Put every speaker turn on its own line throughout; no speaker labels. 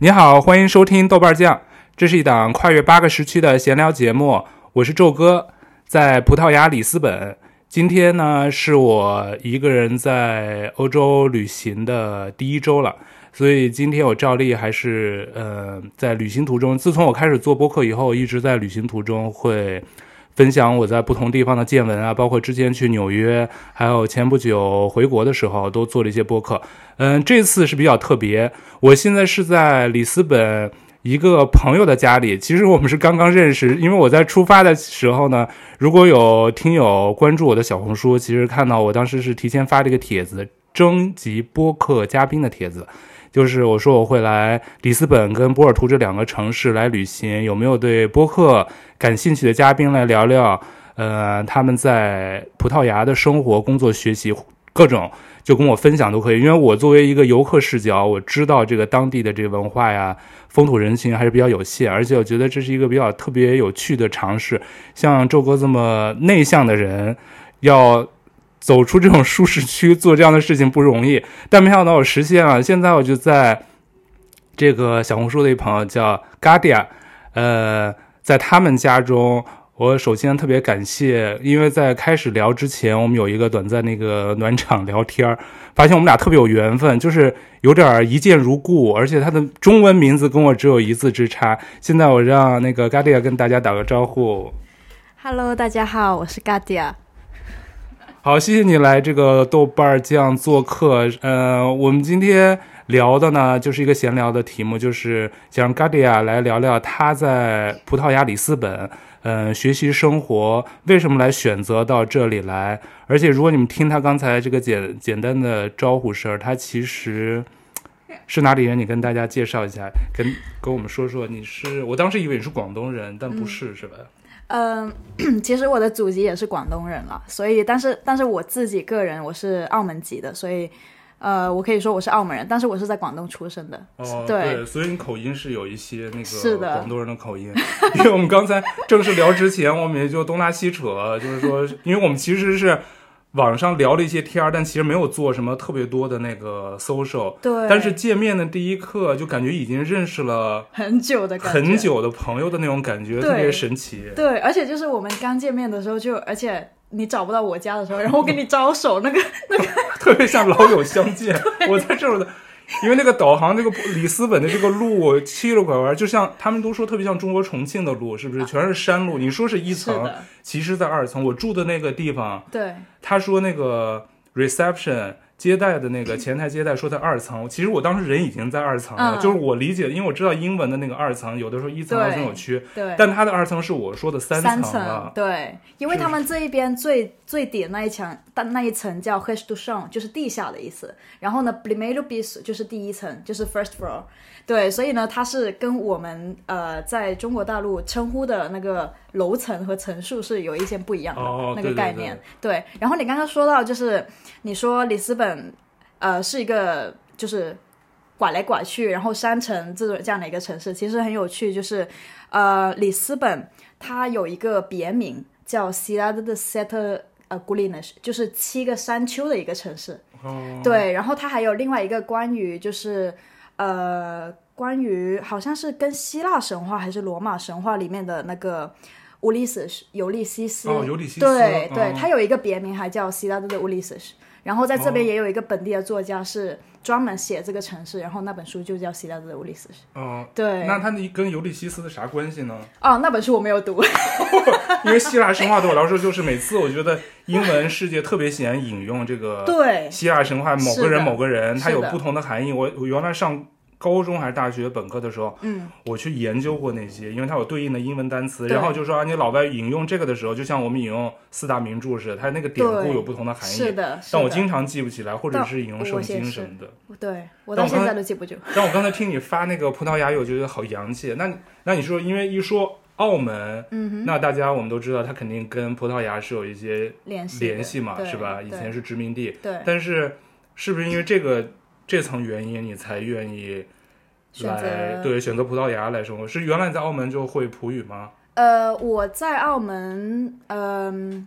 你好，欢迎收听豆瓣酱，这是一档跨越八个时区的闲聊节目。我是宙哥，在葡萄牙里斯本。今天呢，是我一个人在欧洲旅行的第一周了，所以今天我照例还是呃，在旅行途中，自从我开始做播客以后，一直在旅行途中会分享我在不同地方的见闻啊，包括之前去纽约，还有前不久回国的时候，都做了一些播客。嗯，这次是比较特别，我现在是在里斯本一个朋友的家里，其实我们是刚刚认识，因为我在出发的时候呢，如果有听友关注我的小红书，其实看到我当时是提前发了一个帖子，征集播客嘉宾的帖子。就是我说我会来里斯本跟波尔图这两个城市来旅行，有没有对播客感兴趣的嘉宾来聊聊？呃，他们在葡萄牙的生活、工作、学习各种就跟我分享都可以，因为我作为一个游客视角，我知道这个当地的这个文化呀、风土人情还是比较有限，而且我觉得这是一个比较特别有趣的尝试。像周哥这么内向的人，要走出这种舒适区做这样的事情不容易，但没想到我实现了。现在我就在这个小红书的一朋友叫 Gadia，呃，在他们家中，我首先特别感谢，因为在开始聊之前，我们有一个短暂那个 暖场聊天儿，发现我们俩特别有缘分，就是有点儿一见如故，而且他的中文名字跟我只有一字之差。现在我让那个 Gadia 跟大家打个招呼。
Hello，大家好，我是 Gadia。
好，谢谢你来这个豆瓣儿酱做客。呃，我们今天聊的呢，就是一个闲聊的题目，就是想让 Gadia 来聊聊他在葡萄牙里斯本，嗯、学习生活为什么来选择到这里来。而且，如果你们听他刚才这个简简单的招呼声儿，他其实是哪里人？你跟大家介绍一下，跟跟我们说说你是。我当时以为你是广东人，但不是，是吧？
嗯， 其实我的祖籍也是广东人了，所以但是但是我自己个人我是澳门籍的，所以呃，我可以说我是澳门人，但是我是在广东出生的。
哦，
对
所以你口音是有一些那
是
个
的
广东人的口音， 因为我们刚才正式聊之前，我们也就东拉西扯，就是说， 因为我们其实是网上聊了一些天儿，但其实没有做什么特别多的那个 social，
对，
但是见面的第一刻就感觉已经认识了
很久的感觉，
很。久的朋友的那种感觉，
对
特别神奇。
对，而且就是我们刚见面的时候就，而且你找不到我家的时候，然后我跟你招手，那个
特别像老友相 见。我在这儿的，因为那个导航那个里斯本的这个路七了拐弯，就像他们都说特别像中国重庆的路，是不是？全是山路。你说是一
是
层，
的，
其实在二层。我住的那个地方，
对，
他说那个 reception。接待的那 个前台接待说在二层，其实我当时人已经在二层了，
嗯
就是我理解，因为我知道英文的那个二层，有的时候一层
对
二层有区，
对。
但他的二层是我说的三
三
了，
对，因为
是
他们这一边最最底的那一层，但那一层叫 h e s t u s h o n 就是地下的意思。然后呢，primeiro piso 就是第一层，就是 first floor。对，所以呢，它是跟我们呃在中国大陆称呼的那个楼层和层数是有一些不一样的、
哦
那
对对
个概
对
念对，然后你刚刚说到就是你说里斯本呃是一个就是拐来拐去，然后山城这种这样的一个城市，其实很有趣。就是呃，里斯本它有一个别名叫 s i r a d de Sete 呃 g u l i n e s 就是七个山丘的一个城市。
哦，
对，然后它还有另外一个关于就是呃关于好像是跟希腊神话还是罗马神话里面的那个。乌利斯尤利西斯，
哦尤利西斯
对对
嗯，
它有一个别名还叫希腊的乌利斯，然后在这边
哦
也有一个本地的作家是专门写这个城市，然后那本书就叫希腊的乌利斯。
嗯，
对，
那他那跟尤利西斯的啥关系呢？
哦，那本书我没 有读，
因为希腊神话对我来说，就是每次我觉得英文世界特别喜欢引用这个
对，
希腊神话某个
是
人
的
某个人，他有
是的
不同的含义。我我原来上高中还是大学本科的时候，
嗯，
我去研究过那些，因为它有对应的英文单词。
对
然后就说啊，你老外引用这个的时候，就像我们引用四大名著似的，它那个典故
对
有不同的含
是
义。
的，是
哎但我
的
经常记不起来，或者
但
是引用
我
圣
也
经
是
什么的。
对我
但
到
我
现
刚
在都记不住，
但我刚才听你发那个葡萄牙语，我觉得好洋气。啊那你那你说，因为一说澳门，
嗯哼，
那大家我们都知道，它肯定跟葡萄牙是有一些
联系
联
的
系嘛，
对
是吧？
对
以前是殖民地，
对
但是是不是因为这个这层原因，你才愿意
选
来
择
对选择葡萄牙来生活？是原来你在澳门就会葡语吗？
呃，我在澳门，嗯、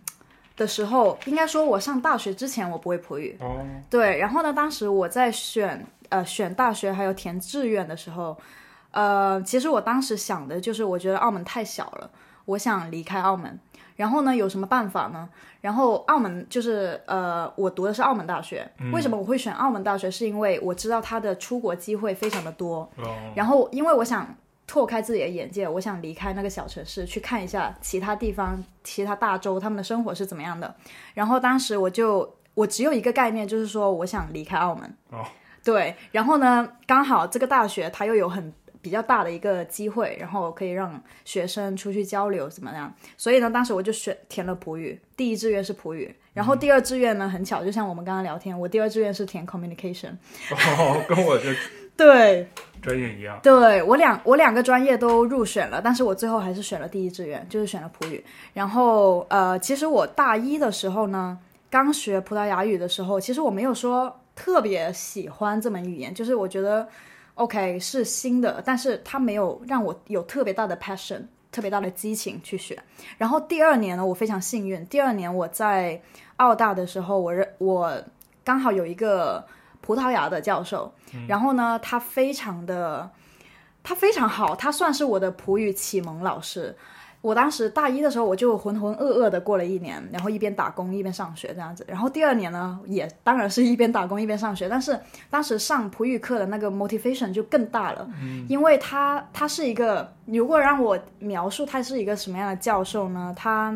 的时候，应该说我上大学之前我不会葡语，
哦，
对，然后呢，当时我在选呃选大学还有填志愿的时候，呃，其实我当时想的就是，我觉得澳门太小了，我想离开澳门。然后呢，有什么办法呢？然后澳门就是呃，我读的是澳门大学。为什么我会选澳门大学？是因为我知道它的出国机会非常的多。
哦，
然后因为我想拓开自己的眼界，我想离开那个小城市，去看一下其他地方、其他大洲他们的生活是怎么样的。然后当时我就我只有一个概念，就是说我想离开澳门。
哦，
对，然后呢，刚好这个大学它又有很。比较大的一个机会，然后可以让学生出去交流怎么样？所以呢，当时我就选填了葡语，第一志愿是葡语，然后第二志愿呢，很巧，就像我们刚刚聊天，我第二志愿是填 communication，
哦，跟我这
对，
专业一样。
对我两我两个专业都入选了，但是我最后还是选了第一志愿，就是选了葡语。然后呃，其实我大一的时候呢，刚学葡萄牙语的时候，其实我没有说特别喜欢这门语言，就是我觉得 OK 是新的，但是它没有让我有特别大的 passion，特别大的激情去学。然后第二年呢，我非常幸运，第二年我在澳大的时候，我认我刚好有一个葡萄牙的教授，然后呢，他非常的。他非常好，他算是我的葡语启蒙老师。我当时大一的时候，我就浑浑噩噩的过了一年，然后一边打工一边上学这样子。然后第二年呢，也当然是一边打工一边上学，但是当时上葡语课的那个 motivation 就更大了，因为他他是一个，如果让我描述他是一个什么样的教授呢？他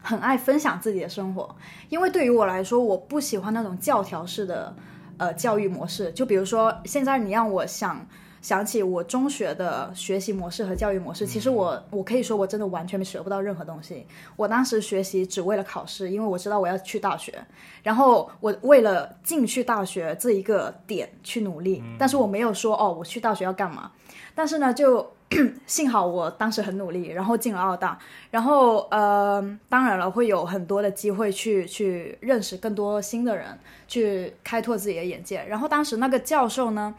很爱分享自己的生活，因为对于我来说，我不喜欢那种教条式的呃教育模式。就比如说，现在你让我想想起我中学的学习模式和教育模式，其实我我可以说我真的完全学不到任何东西。我当时学习只为了考试，因为我知道我要去大学，然后我为了进去大学这一个点去努力，但是我没有说哦，我去大学要干嘛。但是呢，就 幸好我当时很努力，然后进了澳大，然后呃，当然了，会有很多的机会去去认识更多新的人，去开拓自己的眼界。然后当时那个教授呢，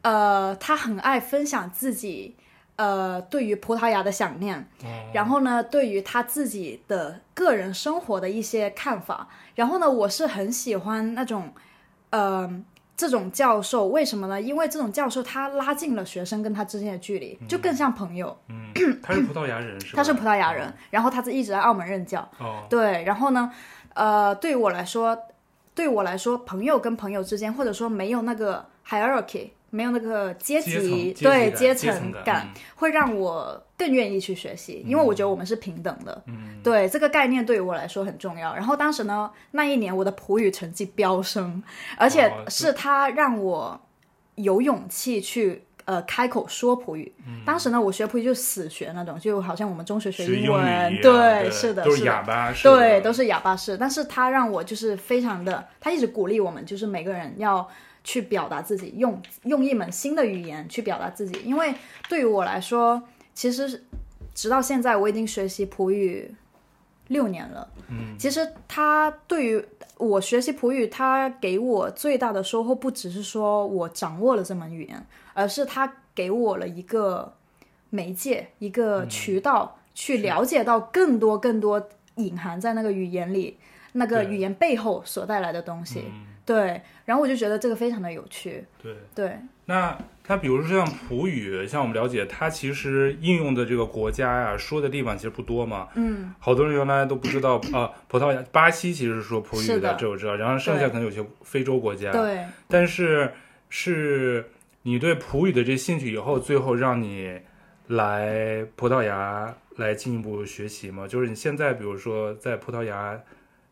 呃，他很爱分享自己呃对于葡萄牙的想念，
哦
然后呢，对于他自己的个人生活的一些看法。然后呢，我是很喜欢那种呃。这种教授为什么呢？因为这种教授他拉近了学生跟他之间的距离，就更像朋友。
嗯，他是葡萄牙人是吧？
他是葡萄牙人，然后他是一直在澳门任教。
哦。
对，然后呢，呃，对于我来说，对我来说，朋友跟朋友之间，或者说没有那个 hierarchy，没有那个阶
阶层
级，
阶级
对
感阶
阶层
层感嗯
感，会让我更愿意去学习，因为我觉得我们是平等的。嗯，对，这个概念对于我来说很重要。然后当时呢，那一年我的葡语成绩飙升，而且
哦
是他让我有勇气去。呃，开口说葡语，当时呢，我学葡语就死学那种，就好像我们中学
嗯
学
学
英
英语
文，
一样对，
是的，
都
是
是
的
哑巴，是的
对，都是哑巴式。但是他让我就是非常的，他一直鼓励我们，就是每个人要去表达自己，用用一门新的语言去表达自己。因为对于我来说，其实是直到现在我已经学习葡语六年了。嗯，其实他对于我学习葡语，他给我最大的收获，不只是说我掌握了这门语言，而是他给我了一个媒介、一个渠道，去了解到更多更多隐含在那个语言里、那个
对
语言背后所带来的东西。对，然后我就觉得这个非常的有趣。
对。
对，
那它比如说像葡语，像我们了解，它其实应用的这个国家呀、说的地方其实不多嘛。嗯，好多人原来都不知道啊，葡萄牙、巴西其实是说葡语
是的
这我知道。然后剩下
对
可能有些非洲国家。
对，
但是是你对葡语的这兴趣以后，最后让你来葡萄牙来进一步学习吗？就是你现在比如说在葡萄牙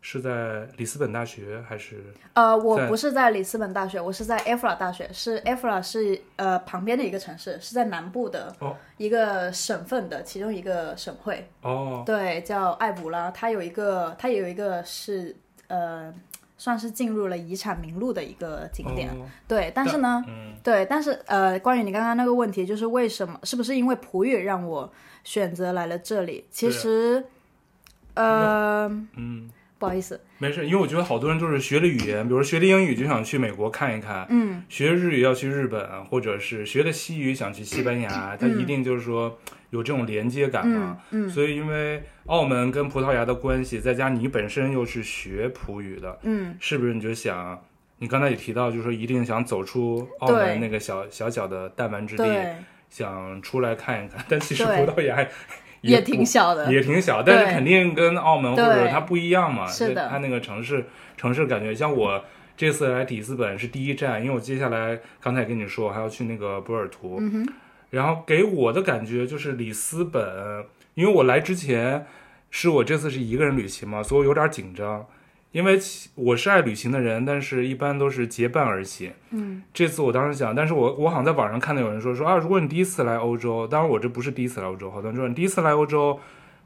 是在里斯本大学还是？
呃，我
在
不是在里斯本大学，我是在埃弗拉大学，是埃弗拉是呃旁边的一个城市，是在南部的
哦
一个省份的其中一个省会，
哦，
对，叫艾卜拉，它有一个，它也有一个是呃，算是进入了遗产名录的一个景点，
哦嗯
对，但是呢，对，但是呃，关于你刚刚那个问题，就是为什么，是不是因为葡语让我选择来了这里？其
对啊
实，呃，
嗯。
不好意思，
没事，因为我觉得好多人就是学了语言，比如学了英语就想去美国看一看，嗯，学了日语要去日本，或者是学了西语想去西班
嗯
牙，他一定就是说有这种连接感嘛。嗯，所以因为澳门跟葡萄牙的关系，再加你本身又是学葡语的，
嗯，
是不是你就想你刚才也提到，就是说一定想走出澳门
对
那个小小小的弹丸之地，
对，
想出来看一看。但其实
对
葡萄牙
也
不
挺小的，
也挺小，但是
对
肯定跟澳门或者
对
它不一样嘛。
是
就
的
它那个城市城市感觉，像我这次来里斯本是第一站，因为我接下来刚才也跟你说我还要去那个波尔图，
嗯
然后给我的感觉就是里斯本，因为我来之前是我这次是一个人旅行嘛，所以我有点紧张。因为其我是爱旅行的人，但是一般都是结伴而行。
嗯，
这次我当时想，但是我我好像在网上看到有人说说啊，如果你第一次来欧洲，当然我这不是第一次来欧洲，好多人说你第一次来欧洲，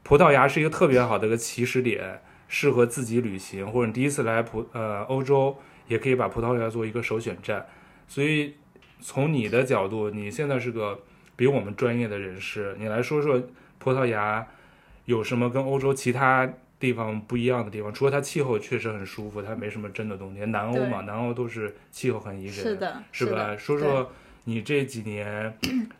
葡萄牙是一个特别好的一个起始点，适合自己旅行，或者你第一次来葡呃欧洲，也可以把葡萄牙作为一个首选站。所以从你的角度，你现在是个比我们专业的人士，你来说说葡萄牙有什么跟欧洲其他地方不一样的地方？除了它气候确实很舒服，它没什么真的冬天。南欧嘛，南欧都是气候很宜人，
是的，
是吧？
的
说
对
说你这几 年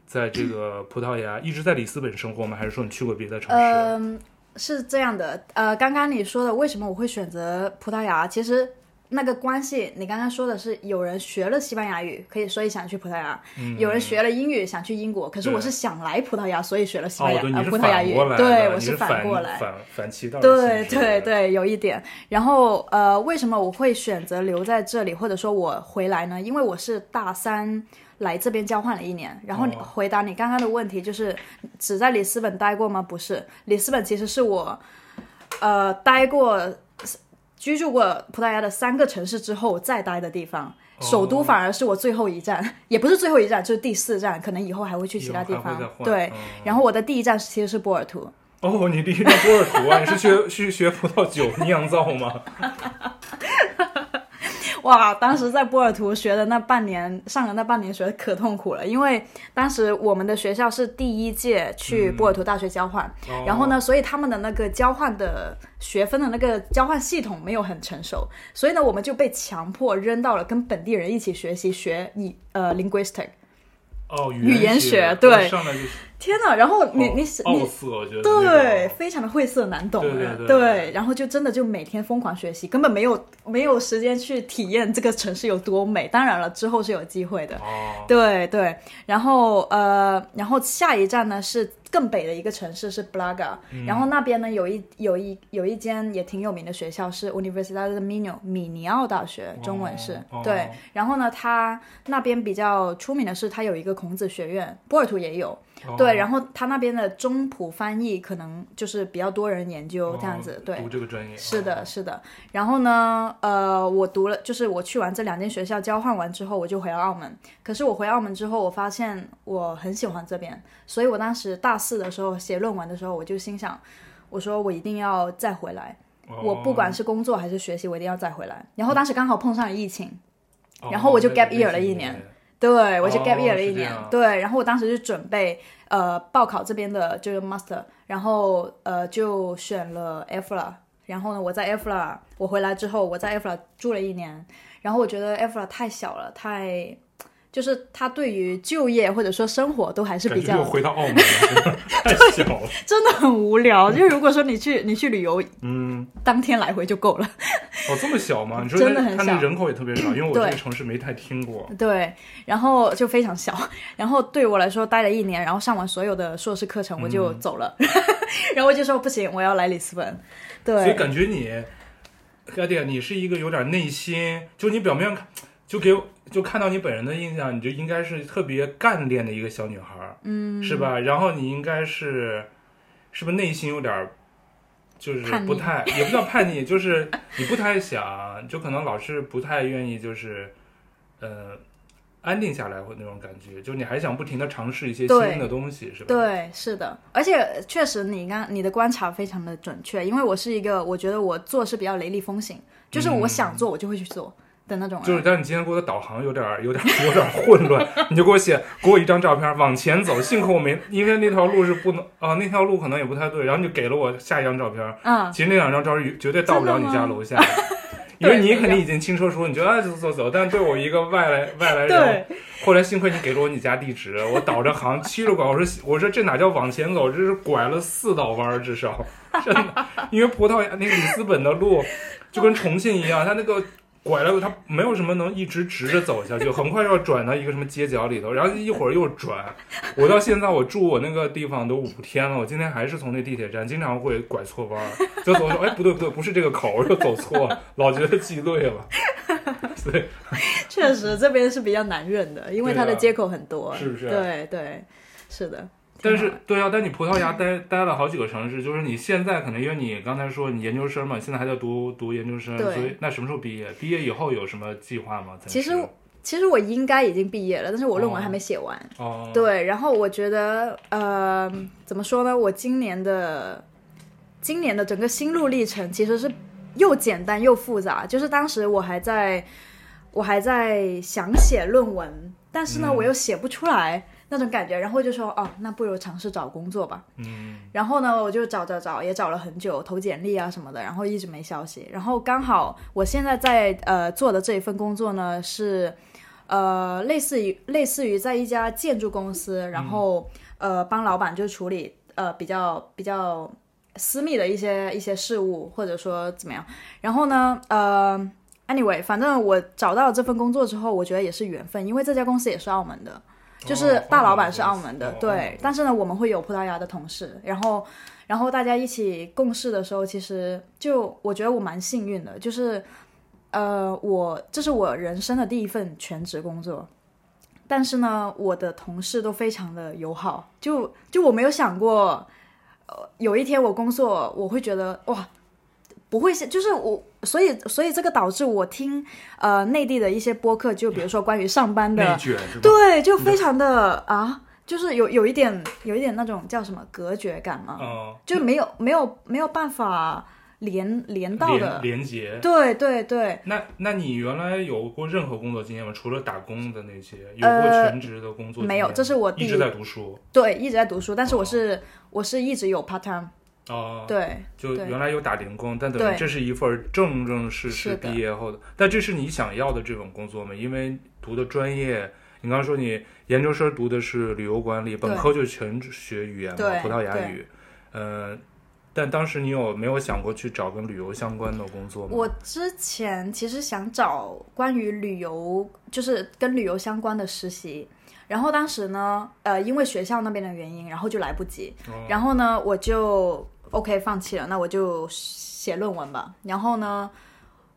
在这个葡萄牙一直在里斯本生活吗？还是说你去过别的城市？啊
嗯，是这样的，呃，刚刚你说的为什么我会选择葡萄牙，其实那个关系，你刚刚说的是有人学了西班牙语，可以所以想去葡萄牙；
嗯
有人学了英语想去英国，可是
对
我是想来葡萄牙，所以学了西班
哦
牙，，
对，
呃
你是
葡萄牙
反
语
过来，的，
对，我
你
是
反
过来。
反反其道而
对
行之
对对，有一点。然后呃，为什么我会选择留在这里，或者说我回来呢？因为我是大三来这边交换了一年。然后你
哦
回答你刚刚的问题，就是只在里斯本待过吗？不是，里斯本其实是我呃待过居住过葡萄牙的三个城市之后再待的地方。
哦
首都反而是我最后一站， 也不是最后一站，就是第四站，可能以后还会去其他地
以后还会
方
再。换
对，
嗯
然后我的第一站其实是波尔图。
哦，你第一张波尔图啊，你是学去学葡萄酒酿造吗？
哇，当时在波尔图学的那半年，上的那半年学的可痛苦了，因为当时我们的学校是第一届去波尔图大学交换，
哦
然后呢，所以他们的那个交换的学分的那个交换系统没有很成熟，所以呢，我们就被强迫扔到了跟本地人一起学习学以呃 linguistic。
哦，语
语言
学哦
学对
上来就是
天哪！然后你、
哦
你
奥
你
色，我觉得
对，
那种
非常的晦涩难懂啊，
对对对
然后就真的就每天疯狂学习，根本没有没有时间去体验这个城市有多美。当然了，之后是有机会的。
哦，
对对，然后呃，然后下一站呢是更北的一个城市是 Braga，、然后
嗯
那边呢有一有一有一间也挺有名的学校是 Universidad de Minho 米尼奥大学，中文是、
哦
对。然后呢，它那边比较出名的是它有一个孔子学院，波尔图也有，
后
对。然后它那边的中普翻译可能就是比较多人研究、这样子，对。
哦读这个专业
是
哦
的，是的。然后呢，呃，我读了，就是我去完这两间学校交换完之后，我就回了澳门。可是我回澳门之后，我发现我很喜欢这边，所以我当时大四的时候写论文的时候，我就心想，我说我一定要再回来，
哦
我不管是工作还是学习，我一定要再回来。然后当时刚好碰上了疫情，
哦
然后我就
那
gap
那
year 了
是
一
你
年
的
对，我就
哦
gap year 了
是
一
这
年，
样
对，然后我当时就准备呃报考这边的就是 master，然后呃就选了 EFLA，然后呢我在 EFLA，我回来之后我在 EFLA 住了一年，然后我觉得 EFLA 太小了，太就是它对于就业或者说生活都还是
感
比
觉又
较
回到澳门 了，太小了。
真的很无聊，就如果说你去你去旅游，
嗯，
当天来回就够了，
哦，这么小吗？你说
真
那
的很
它那
小
人口也特别 少，因为我这
对
个城市没太听过。
对，然后就非常小，然后对我来说待了一年，然后上完所有的硕士课程我
嗯
就走了， 然后我就说不行，我要来里斯本，
所以
对，
感觉你，艾迪亚，你是一个有点内心，就你表面看，就给我就看到你本人的印象，你就应该是特别干练的一个小女孩，嗯，是吧？然后你应该是，是不是内心有点儿，就是
叛逆
不太，也不叫叛逆，就是你不太想，就可能老是不太愿意，就是，呃。安定下来或那种感觉，就你还想不停的尝试一些
对
新的东西，是吧？
对，是的，而且确实你刚你的观察非常的准确，因为我是一个我觉得我做事比较雷厉风行，就是我想做我就会去做的那种人，
嗯就是，但是你今天给我的导航有点儿、有点儿、有 点儿混乱，你就给我写，给我一张照片，往前走。幸亏我没，因为那条路是不能，啊、那条路可能也不太对。然后你就给了我下一张照片，
嗯，
其实那两张照片绝对到不了你家楼下，因
真的吗
为你肯定已经轻车熟路，你觉得哎走走走，但是对我一个外来外来人
对，
后来幸亏你给了我你家地址，我导着航七着拐，我说我说这哪叫往前走，这是拐了四道弯儿至少，真的，因为葡萄牙那个里斯本的路就跟重庆一样，它那个拐了，它没有什么能一直直着走下去，很快要转到一个什么街角里头，然后一会儿又转。我到现在我住我那个地方都五天了，我今天还是从那地铁站经常会拐错弯儿，就走说哎不对不对，不是这个口儿，又走错了，老觉得记对了。对，
确实这边是比较难认的，因为它的
对啊
接口很多，
是不是啊
对对，是的。
但
挺
是
好
对啊，但你葡萄牙待待了好几个城市，就是你现在可能因为你刚才说你研究生嘛，现在还在读读研究生，
对
所以那什么时候毕业？毕业以后有什么计划吗？暂
其实
时
其实我应该已经毕业了，但是我论
哦
文还没写完。
哦，
对，然后我觉得，呃，怎么说呢？我今年的今年的整个心路历程其实是又简单又复杂。就是当时我还在，我还在想写论文，但是呢，
嗯
我又写不出来那种感觉。然后就说，哦，那不如尝试找工作吧。
嗯
然后呢，我就找找找，也找了很久，投简历啊什么的，然后一直没消息。然后刚好我现在在呃做的这一份工作呢是，呃类似于类似于在一家建筑公司，然后、呃帮老板就处理呃比较比较私密的一些一些事务，或者说怎么样。然后呢，呃。Anyway，反正我找到这份工作之后，我觉得也是缘分，因为这家公司也是澳门的，就是大老板是澳门的，
哦
对。但是呢，我们会有葡萄牙的同事，然后，然后大家一起共事的时候，其实就我觉得我蛮幸运的，就是，呃，我这是我人生的第一份全职工作，但是呢，我的同事都非常的友好，就就我没有想过，呃，有一天我工作我会觉得哇。不会是，就是我，所以所以这个导致我听呃内地的一些播客，就比如说关于上班的
内卷是吧？
对，就非常的啊，就是有有一点有一点那种叫什么隔绝感嘛，
嗯，
就没有没有没有办法连连到
连
的。
连接。
对对对，
那那你原来有过任何工作经验吗？除了打工的那些，有过
呃
全职的工作经验吗？
没有这是我第
一直在读书
对一直在读书，但是我是、我是一直有 part time，
哦。
对
就
对
原来有打零工，但等于
对
这是一份正正式式
是的
毕业后的，但这是你想要的这种工作吗？因为读的专业，你刚刚说你研究生读的是旅游管理，本科就全学语言嘛，
对
葡萄牙语，呃，但当时你有没有想过去找跟旅游相关的工作吗？
我之前其实想找关于旅游，就是跟旅游相关的实习。然后当时呢，呃，因为学校那边的原因，然后就来不及。
哦
然后呢，我就 OK 放弃了，那我就写论文吧。然后呢，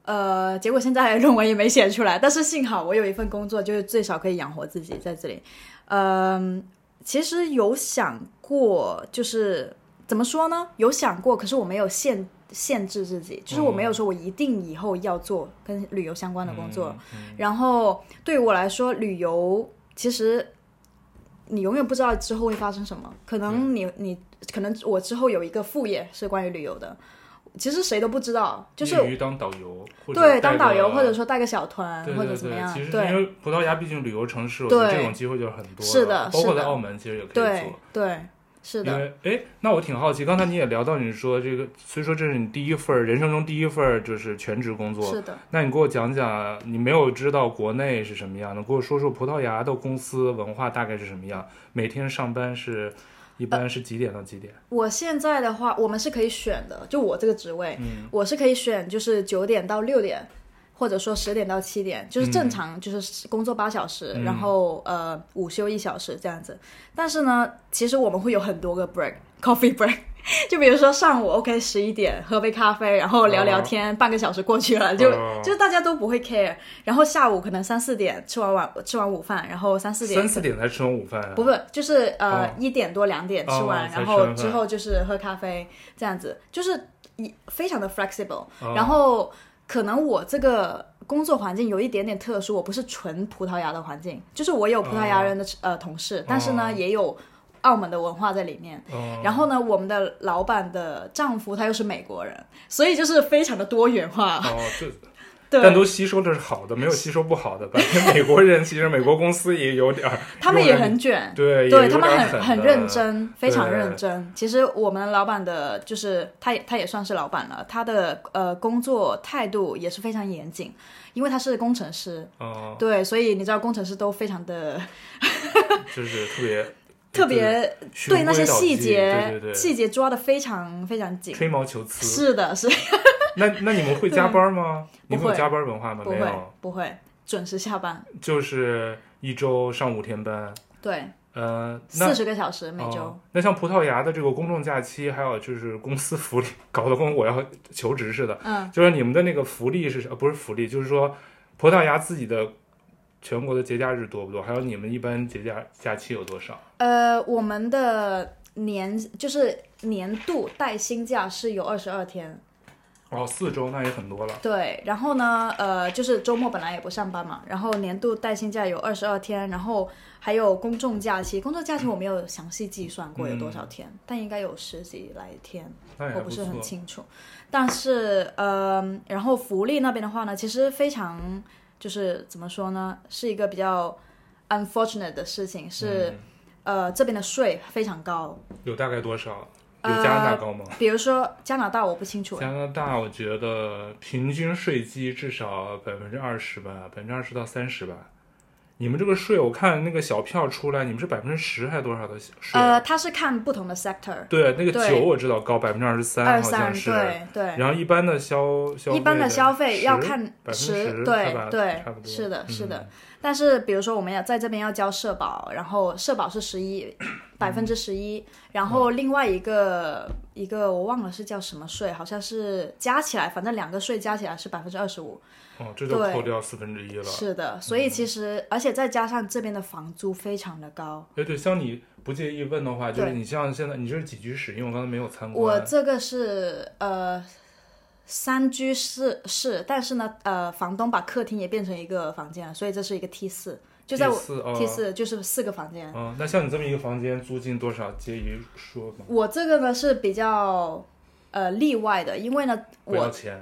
呃，结果现在论文也没写出来，但是幸好我有一份工作，就是最少可以养活自己在这里。嗯、其实有想过，就是怎么说呢？有想过，可是我没有限限制自己，就是我没有说我一定以后要做跟旅游相关的工作。
嗯
然后对于我来说，旅游其实你永远不知道之后会发生什么，可
嗯
能你你可能我之后有一个副业是关于旅游的，其实谁都不知道，就是
业余当导游，或者
对
带
当导游
个
或者说带个小团
对
或
对
者
对，
怎么样
其，实因
对
为葡萄牙毕竟旅游城市，我觉得
对
这种机会就是很多，
是的
包括
是
在
的
澳门其实也可以做。
对对是
因
的，
为哎，那我挺好奇，刚才你也聊到，你说这个，虽说这是你第一份儿人生中第一份儿就是全职工作，
是的。
那你给我讲讲，你没有知道国内是什么样的，给我说说葡萄牙的公司文化大概是什么样，每天上班是，一般是几点到几点？
我现在的话，我们是可以选的，就我这个职位，我是可以选，就是九点到六点，或者说十点到七点，就是正常，就是工作八小时，然后呃午休一小时这样子。但是呢，其实我们会有很多个 break，coffee break。就 比如说上午 OK 十一点喝杯咖啡，然后聊聊天，半个小时过去了，就、
哦
就大家都不会 care。然后下午可能三四点吃完晚吃完午饭，然后三四点
三四点才吃完午饭啊？
不不，就是呃
哦
一、点多两点吃
哦
完，
才
然
吃
后
完
之
饭
后就是喝咖啡这样子，就是一非常的 flexible、
哦
然后可能我这个工作环境有一点点特殊，我不是纯葡萄牙的环境，就是我有葡萄牙人的、呃同事，但是呢、
哦
也有澳门的文化在里面。
嗯，
然后呢，我们的老板的丈夫他又是美国人，所以就是非常的多元化。
哦，这
对，
但都吸收的是好的，没有吸收不好的吧？因为美国人其实美国公司也有点儿，
他们
有
也
点
很卷，
对，也
对
有
他们
点儿
很
狠
很
的
认真，非常
对
认真。其实我们老板的，就是他也他也算是老板了，他的呃工作态度也是非常严谨，因为他是工程师，
哦，
对，所以你知道工程师都非常的
就是特别
特别
循
对
规
那些
蹈
细
矩
节
对对对，
细节抓的非常非常紧。
吹毛求疵。
是的，是
那那你们会加班 吗？你们
嗯不
有
会
加班文化吗？
不
没
会
有，
不会准时下班，
就是一周上五天班。
对，
呃，那
四十个小时每周。
哦那像葡萄牙的这个公众假期，还有就是公司福利，搞得跟我要求职似的。
嗯，
就是你们的那个福利是什呃不是福利，就是说葡萄牙自己的全国的节假日多不多？还有你们一般节假假期有多少？
呃，我们的年就是年度带薪假是有二十二天，
哦，四周那也很多了。
对，然后呢，呃，就是周末本来也不上班嘛，然后年度带薪假有二十二天，然后还有公众假期，公众假期我没有详细计算过有多少天，但应该有十几来天，
嗯那也
我
还
不
错
是很清楚。但是，呃，然后福利那边的话呢，其实非常就是怎么说呢，是一个比较 unfortunate 的事情，
嗯
是、呃这边的税非常高，
有大概多少？有
呃
加拿大高吗？
比如说加拿大我不清楚，
加拿大我觉得平均税基至少百分之二十吧，百分之二十到三十吧。你们这个税，我看那个小票出来，你们是百分之十还是多少的税啊？
呃，它是看不同的 sector。
对，那个
对
酒我知道高百分之二十三，
二
好
三
像是。
对对，
然后一般的消消
一般
的
的消费要
10
看
百分之10
十，
差
对
吧
对
差不，多嗯
是的，是的。但是比如说，我们要在这边要交社保，然后社保是十一百分之十一，然
嗯
后另外一个一个我忘了是叫什么税，好像是加起来，反正两个税加起来是百分之二十五。
哦，这就
对
扣掉四分之一了。
是的，所以
嗯
其实而且再加上这边的房租非常的高，
哎，对，像你不介意问的话，就是
对
你像现在你这是几居室？因为我刚才没有参观。
我这个是呃。三居室室，但是呢，呃，房东把客厅也变成一个房间了，所以这是一个 T 四，就在我
第四哦
T 四就是四个房间。
嗯，那像你这么一个房间租金多少？介意说吗？
我这个呢是比较呃例外的，因 为呢
不要
我
钱。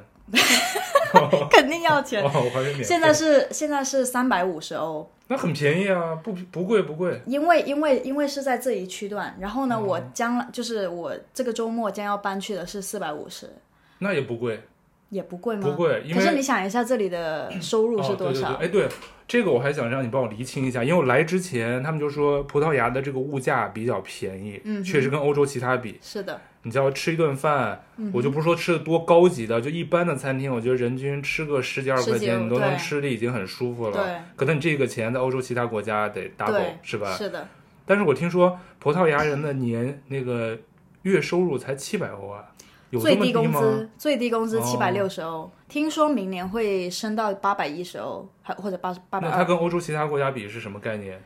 肯定要钱。
哦，我还以为 免费。
现在是现在是三百五十欧，
那很便宜啊，不不贵不贵。
因为因为因为是在这一区段，然后呢，
哦
我将来就是我这个周末将要搬去的是四百五十，
那也不贵，
也不贵吗？
不贵，因
可
为
是你想一下这里的收入是多少？
哦、对对对，哎，对，这个我还想让你帮我厘清一下，因为我来之前他们就说葡萄牙的这个物价比较便宜，
嗯哼
确实跟欧洲其他比，
是的，
你只要吃一顿饭，
嗯
我就不说吃的多高级的，就一般的餐厅，我觉得人均吃个十几二十块
十
钱，
几
你都能
对
吃的已经很舒服了。
对
可能你这个钱在欧洲其他国家得 double
对，
是吧？
是的，
但是我听说葡萄牙人的年那个月收入才七百欧啊，有这
最
么
低工
吗？
资最低工资
哦
七百六十欧，听说明年会升到八百一十欧，还或者八八百
那
二
它。跟欧洲其他国家比是什么概念？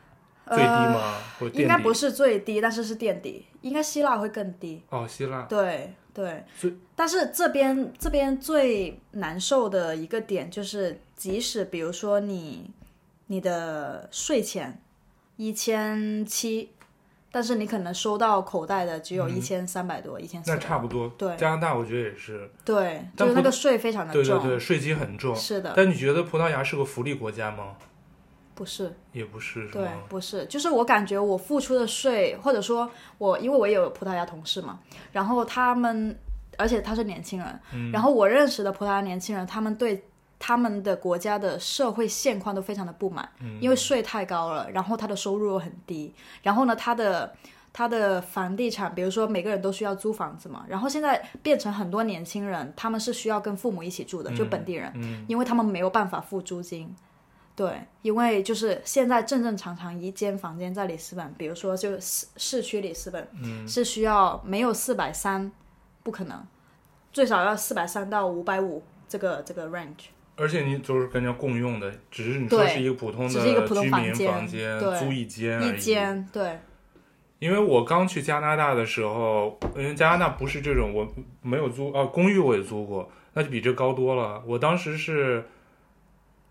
最低
呃
吗？或者
应
垫
该
底
不是最低，但是是垫底，应该希腊会更低。
哦，希腊
对对
最，
但是这边这边最难受的一个点就是，即使比如说你你的税前一千七，但是你可能收到口袋的只有一千三百多，一千
嗯那
四，
差不多。
对
加拿大我觉得也是，
对，
但
就是那
不
个税非常的
对
重，
对对，税基很重。
是的，
但你觉得葡萄牙是个福利国家吗？
不是。
也不是，是
对
吗？，
不是，就是我感觉我付出的税，或者说我，因为我也有葡萄牙同事嘛，然后他们，而且他是年轻人，然后我认识的葡萄牙年轻人，他们对他们的国家的社会现况都非常的不满，因为税太高了，然后他的收入又很低，然后呢，他的。他的房地产，比如说每个人都需要租房子嘛，然后现在变成很多年轻人，他们是需要跟父母一起住的，就本地人，因为他们没有办法付租金，对，因为就是现在正正常常一间房间在里斯本，比如说就市市区里斯本，
嗯
是需要没有四百三，不可能，最少要四百三到五百五这个这个 range。
而且你就是跟人家共用的，只是你说
对
是一个普通的
只是一个普通
居民
房间
房间，
对
租一间而已。
一间，对，
因为我刚去加拿大的时候，因为加拿大不是这种，我没有租啊，公寓我也租过，那就比这高多了。我当时是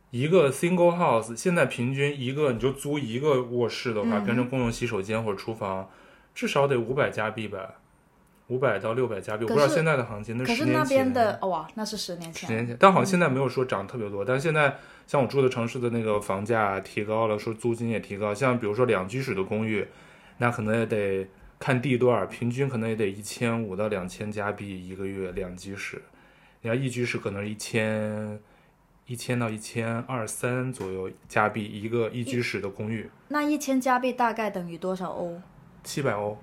一个 single house，现在平均一个你就租一个卧室的话，
嗯
变成公用洗手间或者厨房，至少得五百加币吧，五百到六百加币，我
可
不知道
是
现在的行情，那
可
十
是
年
那
前。
边的、哦哇，那是十年
十
前，
年前，但好像现在没
嗯
有说涨特别多，但现在像我住的城市的那个房价提高了，说租金也提高，像比如说两居室的公寓，那可能也得看地段儿，平均可能也得一千五到两千加币一个月两居室，你要一居室可能一千一千到一千二三左右加币一个一居室的公寓，
那一千加币大概等于多少欧？
七百欧，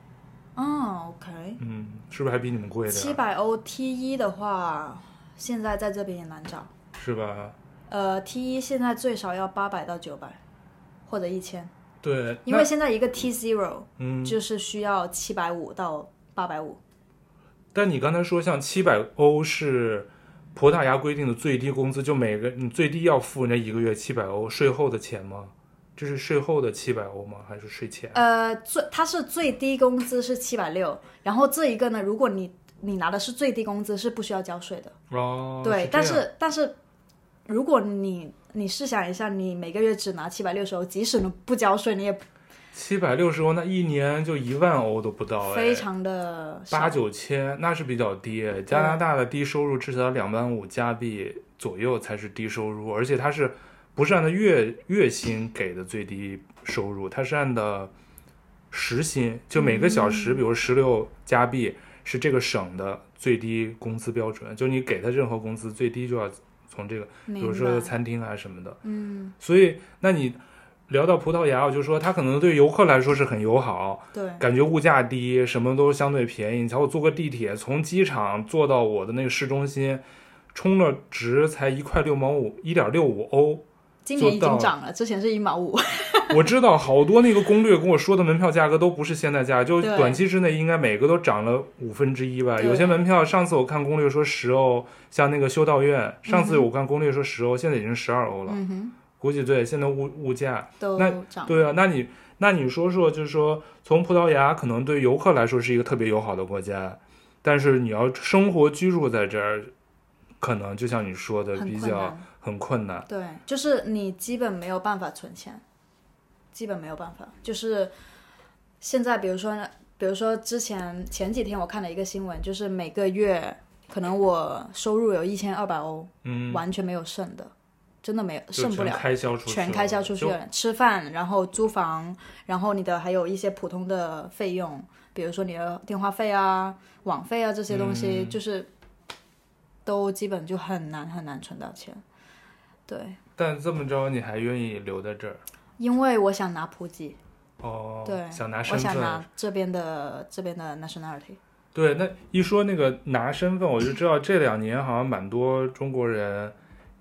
哦，OK，
嗯，是不是还比你们贵点儿？
七百欧 T 一的话，现在在这边也难找。
是吧？
呃，T 一现在最少要八百到九百，或者一千，
对，
因为现在一个 T zero
那嗯，
就是需要七百五到八百五。
但你刚才说像七百欧是葡萄牙规定的最低工资，就每个你最低要付人家一个月七百欧税后的钱吗？这是税后的七百欧吗？还是税前？
呃，最它是最低工资是七百六，然后这一个呢，如果你你拿的是最低工资是不需要交税的，
哦，
对。
这
但
样
是但是，如果你你试想一下，你每个月只拿七百六十欧，即使你不交税，你也
七百六十欧，那一年就一万欧都不到哎，
非常的少
八九千，那是比较低。加拿大的低收入至少两万五加币左右才是低收入，而且它是不是按照月月薪给的最低收入？它是按的时薪，就每个小
嗯
时，比如十六加币是这个省的最低工资标准，就你给他任何工资，最低就要从这个，比
明
如说
白
餐厅啊什么的。
嗯，
所以，那你聊到葡萄牙，我就说它可能对游客来说是很友好，
对，
感觉物价低，什么都相对便宜。你瞧，我坐个地铁从机场坐到我的那个市中心，充了值才一块六毛五，一点六五 欧。
今年已
做到
经涨了，之前是一毛五，
我知道好多那个攻略跟我说的门票价格都不是现在价，就
对
短期之内应该每个都涨了五分之一吧。
对
有些门票上次我看攻略说十欧，像那个修道院，上次
嗯哼
我看攻略说十欧，现在已经十二欧了。
嗯哼，
估计对，现在物物价
都
那
涨了。
对啊，那你那你说说，就是说从葡萄牙可能对游客来说是一个特别友好的国家，但是你要生活居住在这儿，可能就像你说的
很
比
困
较
难，
很困难。
对，就是你基本没有办法存钱，基本没有办法。就是现在，比如说，比如说之前前几天我看了一个新闻，就是每个月可能我收入有一千二百欧，
嗯，
完全没有剩的，真的没有
就
剩不
全
了，
开销出去了，
全开销出去
就。
了，吃饭，然后租房，然后你的还有一些普通的费用，比如说你的电话费啊、网费啊这些东西，
嗯
就是都基本就很难很难存到钱，对。
但这么着你还愿意留在这儿？
因为我想拿普吉，
哦，
对，
想拿
我
身
想
份，
拿这边的这边的 nationality，
对，那一说那个拿身份，我就知道这两年好像蛮多中国人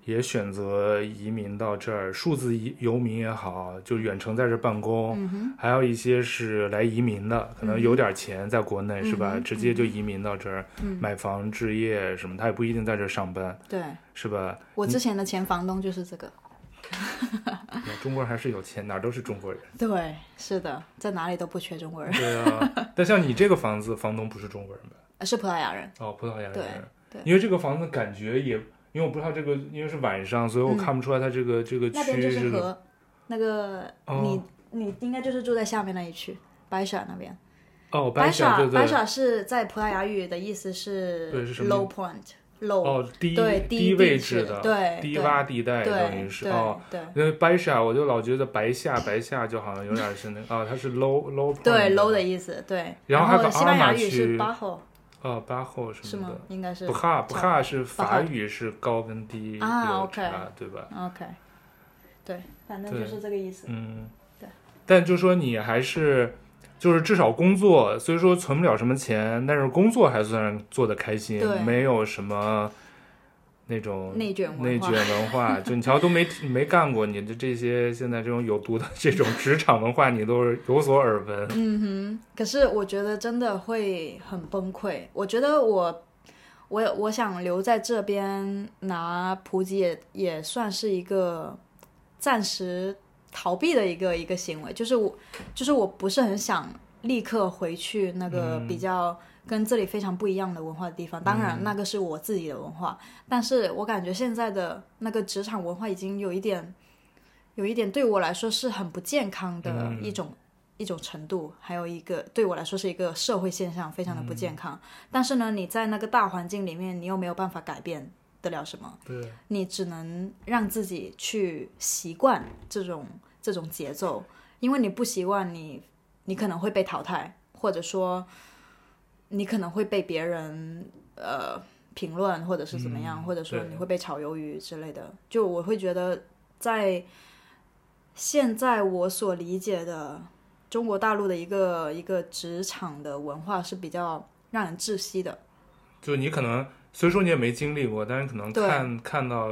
也选择移民到这儿，数字移游民也好，就远程在这儿办公，
嗯
还有一些是来移民的，可能有点钱在国内、是吧
嗯，哼
直接就移民到这儿、
嗯
买房置业什么，他也不一定在这儿上班，
对
是 吧？
我之前的前房东就是这个，
中国人还是有钱，哪儿都是中国人。
对，是的，在哪里都不缺中国人，
对啊，但像你这个房子，房东不是中国人吧？
呃是葡萄牙人，
哦，葡萄牙人
对。对
因为这个房子感觉也，因为我不知道这个，因为是晚上，所以我
嗯
看不出来它这个、这个
那边
区
就是
这个。
河，那个
哦
你你应该就是住在下面那一区。白耍那边，
哦，
白
耍对
白
对。
耍是在葡萄牙语的意思
对
是
是什么
low point，low
哦，低
对
低
低
位
地
置
址
的，
对
低
对
洼地带等于
对
是哦。
对对
因为白傻，我就老觉得白下白下就好像有点是那个啊，它是 low low point
对 low 的意思，对。
然后还有个
西班牙语
阿
是
玛
bajo
哦，巴后什
是
么
吗
的？。
应该是
不哈不
叫
哈是法
哈
语是高跟低
啊
有
，OK
差对吧？
OK，对，反正
对
就是这个意思。
嗯，
对。
但就说你还是，就是至少工作，虽说存不了什么钱，但是工作还算做得开心
对，
没有什么那种
内卷文化
内卷文 化。就你瞧，都没没干过，你的这些现在这种有毒的这种职场文化，你都是有所耳闻。
嗯哼，可是我觉得真的会很崩溃。我觉得我，我我想留在这边拿普吉也也算是一个暂时逃避的一个一个行为，就是我就是我不是很想立刻回去那个
嗯
比较跟这里非常不一样的文化的地方。当然，那个是我自己的文化，但是我感觉现在的那个职场文化已经有一点，有一点对我来说是很不健康的
嗯
一种、一种程度，还有一个对我来说是一个社会现象，非常的不
嗯
健康。但是呢，你在那个大环境里面，你又没有办法改变得了什么，
对，
你只能让自己去习惯这种这种节奏，因为你不习惯你，你可能会被淘汰，或者说你可能会被别人呃评论，或者是怎么样，
嗯
或者说
对
你会被炒鱿鱼之类的。就我会觉得，在现在我所理解的中国大陆的一个一个职场的文化是比较让人窒息的。
就你可能虽说你也没经历过，但是可能
对
看看到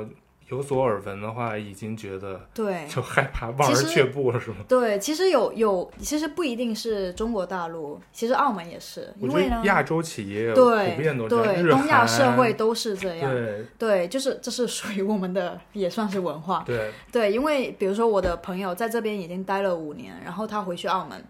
有所耳闻的话，已经觉得
对
就害怕，望而
其实
却步了，是吗？
对，其实有有，其实不一定是中国大陆，其实澳门也是，
我
因
觉
为
得
呢，
亚洲企业普遍
对
都这样，
对，
日
东亚社
韩
会都是这样，
对
对，就是这是属于我们的，也算是文化。
对，
对，因为比如说我的朋友在这边已经待了五年，然后他回去澳门，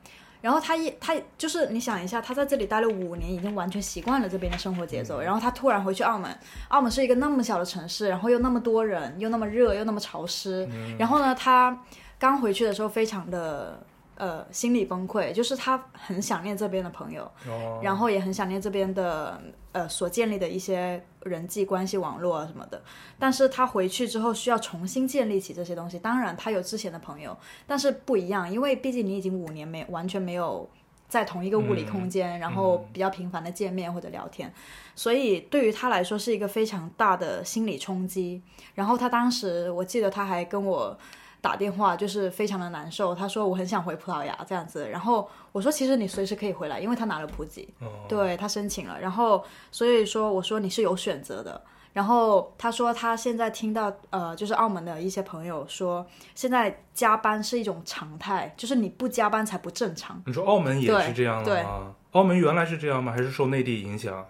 然后他一他就是你想一下，他在这里待了五年，已经完全习惯了这边的生活节奏，然后他突然回去澳门，澳门是一个那么小的城市，然后又那么多人，又那么热，又那么潮湿，然后呢，他刚回去的时候非常的。呃，心理崩溃，就是他很想念这边的朋友，
哦，
然后也很想念这边的呃所建立的一些人际关系网络啊什么的。但是他回去之后需要重新建立起这些东西。当然，他有之前的朋友，但是不一样，因为毕竟你已经五年没完全没有在同一个物理空间，然后比较频繁的见面或者聊天，所以对于他来说是一个非常大的心理冲击。然后他当时我记得他还跟我。打电话就是非常的难受，他说我很想回葡萄牙这样子，然后我说其实你随时可以回来，因为他拿了普吉，
哦
对他申请了，然后所以说我说你是有选择的。然后他说他现在听到呃，就是澳门的一些朋友说，现在加班是一种常态，就是你不加班才不正常。
你说澳门也
对
是这样的
对
吗？澳门原来是这样吗？还是受内地影响？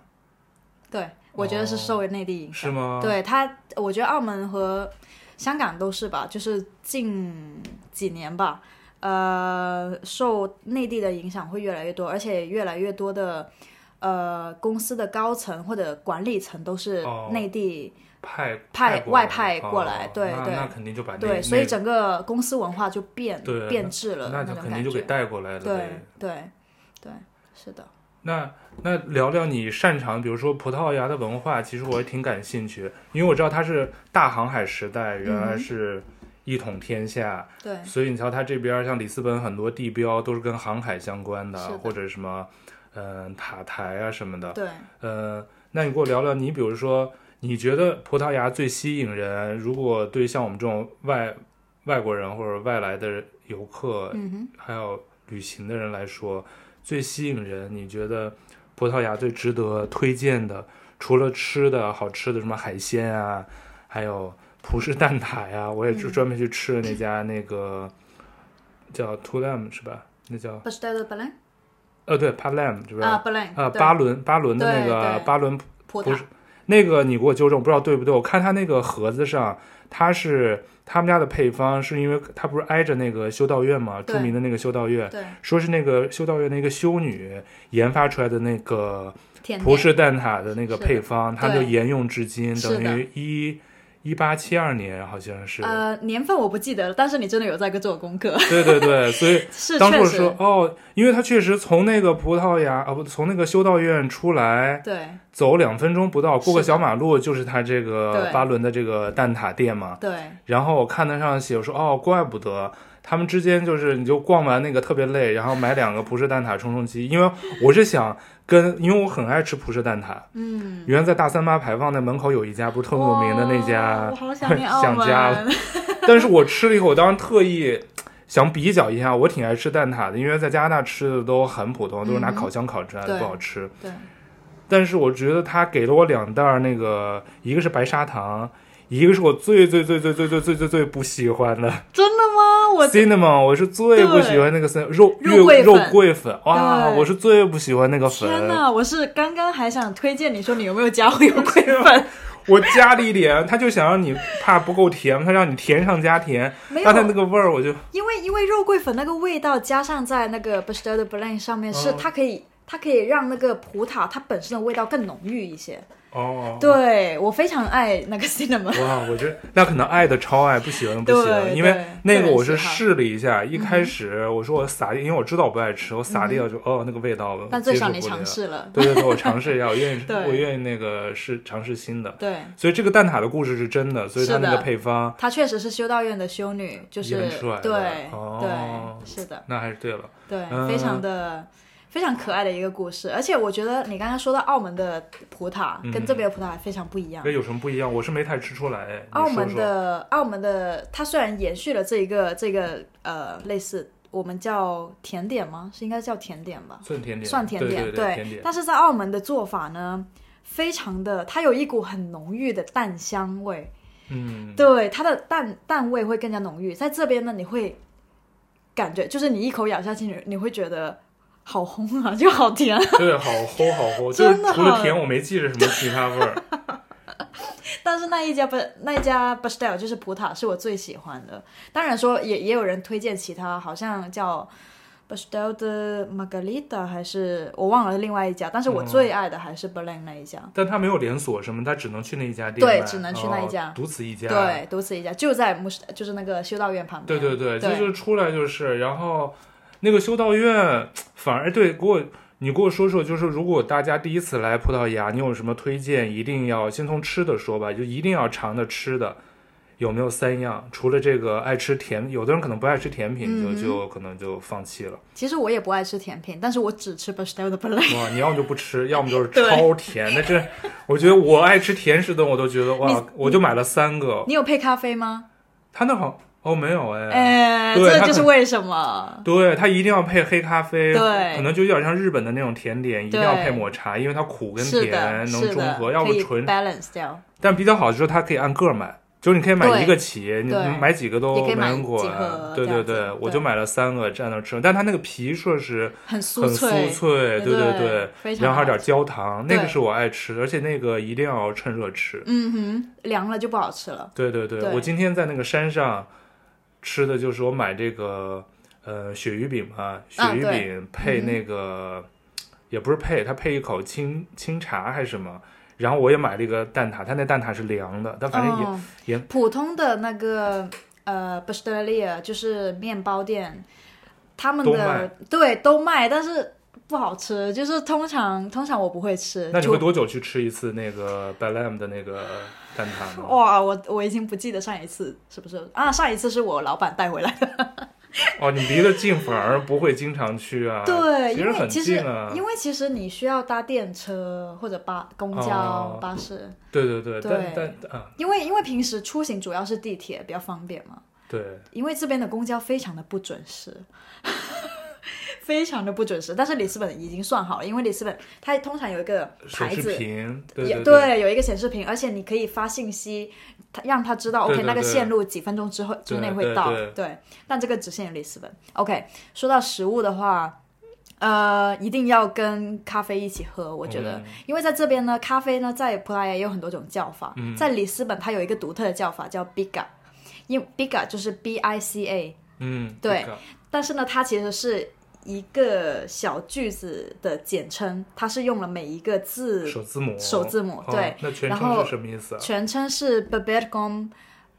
对，我觉得是受内地影
是
响。
吗？
对他，我觉得澳门和香港都是吧，就是近几年吧，呃，受内地的影响会越来越多，而且越来越多的呃公司的高层或者管理层都是
哦
内地。
派
派
过
外
来
派过
哦
来对
那
对
那肯定就把那
对，
那
所以整个公司文化就变
对
变质了
那
种
就肯定
感
就给
觉。
带过来了
对
呗。
对对，是的，
那那聊聊你擅长，比如说葡萄牙的文化，其实我也挺感兴趣，因为我知道它是大航海时代，原来
嗯
是一统天下，
对
所以你瞧，它这边儿像里斯本很多地标都是跟航海相关的，
是的
或者什么，嗯、塔台啊什么的。
对。
呃，那你给我聊聊，你比如说，你觉得葡萄牙最吸引人？如果对像我们这种外外国人或者外来的游客，
嗯哼，
还有旅行的人来说，最吸引人，你觉得葡萄牙最值得推荐的，除了吃的好吃的什么海鲜啊，还有葡式蛋挞呀、我也是
嗯
专门去吃了那家那个叫 Tulam 是吧？那叫
不是对对本来
呃对 Palam 是吧？
啊本来
啊，巴伦巴伦的那
对
个
对
巴伦
葡
不
萄
是那个你给我纠正，不知道对不对？我看他那个盒子上，他是他们家的配方，是因为他不是挨着那个修道院嘛，
对
著名的那个修道院，
对
说是那个修道院的一个修女研发出来的那个
甜
葡
点
式蛋挞的那个
是的
配方，他们就
对
沿用至今，
是
等
的
于一一八七二年好像是，
呃年份我不记得了，但是你真的有在给做功课，
对对对，所以
是
当初
确
我
实
说哦，因为他确实从那个葡萄牙啊不从那个修道院出来，
对
走两分钟不到，过个
是的
小马路就是他这个
对
巴伦的这个蛋挞店嘛。
对
然后我看得上写，我说哦，怪不得他们之间就是你就逛完那个特别累，然后买两个葡式蛋挞充充饥，因为我是想跟，因为我很爱吃葡式蛋挞，
嗯。
原来在大三巴牌坊那门口有一家不是特别有名的那家
哇我，好 想念澳
想
门，
家了但是我吃了以后，我当时特意。想比较一下，我挺爱吃蛋挞的，因为在加拿大吃的都很普通，都是拿
嗯哼
烤箱烤出来的，
对
不好吃。
对，
但是我觉得他给了我两袋儿那个，一个是白砂糖，一个是我最最最最最最最最最不喜欢的
真的吗？我
cinnamon，我是最不喜欢那个 cinnamon 肉
肉桂
月肉
粉
桂粉，哇，
对
我是最不喜欢那个粉。
天哪！我是刚刚还想推荐你说你有没有加过油桂 粉，
我加了一点，他就想让你怕不够甜，他让你甜上加甜，
没有
但他那个味儿我就
因为因为肉桂粉那个味道加上在那个 b u s t e r d Blanc 上面，是
嗯
它可以它可以让那个葡萄它本身的味道更浓郁一些。
哦。
对我非常爱那个 cinnamon，
哇，我这那可能爱的超爱，不喜欢不喜欢，
对
因为
对
那个
个人
我是
喜好
试了一下，一开始我说我撒掉，因为我知道我不爱吃，我撒掉就、哦那个味道，
嗯但最少
接
你
受不了
尝试了。
对对对，我尝试一
，
下，我愿意
对
我愿意那个是尝试新的。
对，
所以这个蛋挞的故事是真的，所以它
是的
那个配方，
她确实是修道院的修女，就是
演出来的
对、
哦
对，是的，
那还是对了。
对，
嗯
非常的。非常可爱的一个故事，而且我觉得你刚刚说到澳门的葡萄
嗯
跟这边的葡萄还非常不一样。
那有什么不一样？我是没太吃出来。你
澳门
说说
的澳门的，它虽然延续了这一个这个呃类似我们叫甜点吗？是应该叫甜点吧，
蒜甜点，
算甜点
对对，甜点。
但是在澳门的做法呢，非常的，它有一股很浓郁的淡香味，
嗯，
对，它的淡淡味会更加浓郁。在这边呢，你会感觉就是你一口咬下去，你你会觉得好烘啊，就好甜。
对，好齁好齁，就是
真的
除了
好
甜，我没记着什么其他味儿。
但是那一家不那一家 b u s t e l 就是葡挞是我最喜欢的。当然说也也有人推荐其他，好像叫 b u s t e l 的 Margarita 还是我忘了另外一家，但是我
嗯
最爱的还是 Berlin 那一家。
但他没有连锁什么，他只能去那一家店卖，
对只能去那一家
哦独此一家。
对，独此一家就在牧师，就是那个修道院旁边。
对对对，
对
这就是出来就是，然后那个修道院反而对给我。你给我说说，就是如果大家第一次来葡萄牙，你有什么推荐？一定要先从吃的说吧，就一定要尝的吃的，有没有三样？除了这个爱吃甜，有的人可能不爱吃甜品，就
嗯哼
就可能就放弃了。
其实我也不爱吃甜品，但是我只吃 Bastel 的 b e r l i
哇，你要么就不吃，要么就是
对
超甜的。这我觉得我爱吃甜食的，我都觉得
你
哇，我就买了三个。
你有配咖啡吗？
他那好哦，没有哎。
哎，
对
这
它
就是
可
为什么。
对，它一定要配黑咖啡，
对
可能就有点像日本的那种甜点，一定要
对
配抹茶，因为它苦跟
是
甜
的，
能
是
中
的，
和，要
可
不
以
纯。
balance 掉，
但比较好的是它可以按个儿买，就是你可以买
对
一个起，你
对
买几个都
也可
没
以买
人管
几盒。
对
这
对
样子
对，我
对
就买了三个蘸着吃，但它那个皮说是
很
很
酥
酥
脆，
脆，对
对
对，
非常
然后还有
好
点焦糖，那个
对
是我爱吃的，而且那个一定要趁热吃。
嗯哼，凉了就不好吃了。
对对对，
对
我今天在那个山上吃的就是我买这个呃鳕鱼饼嘛，
啊
鳕鱼
对嗯
饼配那个、也不是配，它配一口清清茶还是什么。然后我也买了一个蛋挞，它那蛋挞是凉的，但反正也、
哦
也
普通的那个呃 b a s t e l i a 就是面包店，他们
都
的
卖
对都卖，但是不好吃。就是通常通常我不会吃，
那你
就
会多久去吃一次那个 Balam 的那个蛋挞呢？
哇，我我已经不记得上一次是不是啊？上一次是我老板带回来的。
哦，你离得近反而不会经常去啊。
对，
其
因
实
为
很
其
近
实
啊。
因为其实你需要搭电车或者巴公交、
哦
巴士，
对对对，
对
但但啊，
因为因为平时出行主要是地铁比较方便嘛。
对，
因为这边的公交非常的不准时， 非常的不准时。但是里斯本已经算好了，因为里斯本它通常有一个
手
牌
视
子，
频，对
也
对对
有一个显示屏，而且你可以发信息，它让他知道
对
OK
对
那个
对
线路几分钟之后之内会到。
对对
但这个只限于里斯本。OK，说到食物的话。呃，一定要跟咖啡一起喝，我觉得，
嗯
因为在这边呢，咖啡呢在葡萄牙也有很多种叫法，
嗯
在里斯本它有一个独特的叫法叫 biga，因 biga 就是 B I C A，
嗯，
对
这个
但是呢，它其实是一个小句子的简称，它是用了每一个字
首字母，
首字母
哦
对。
那全
然
称
后
是什么意思啊？
全称是 Beber com，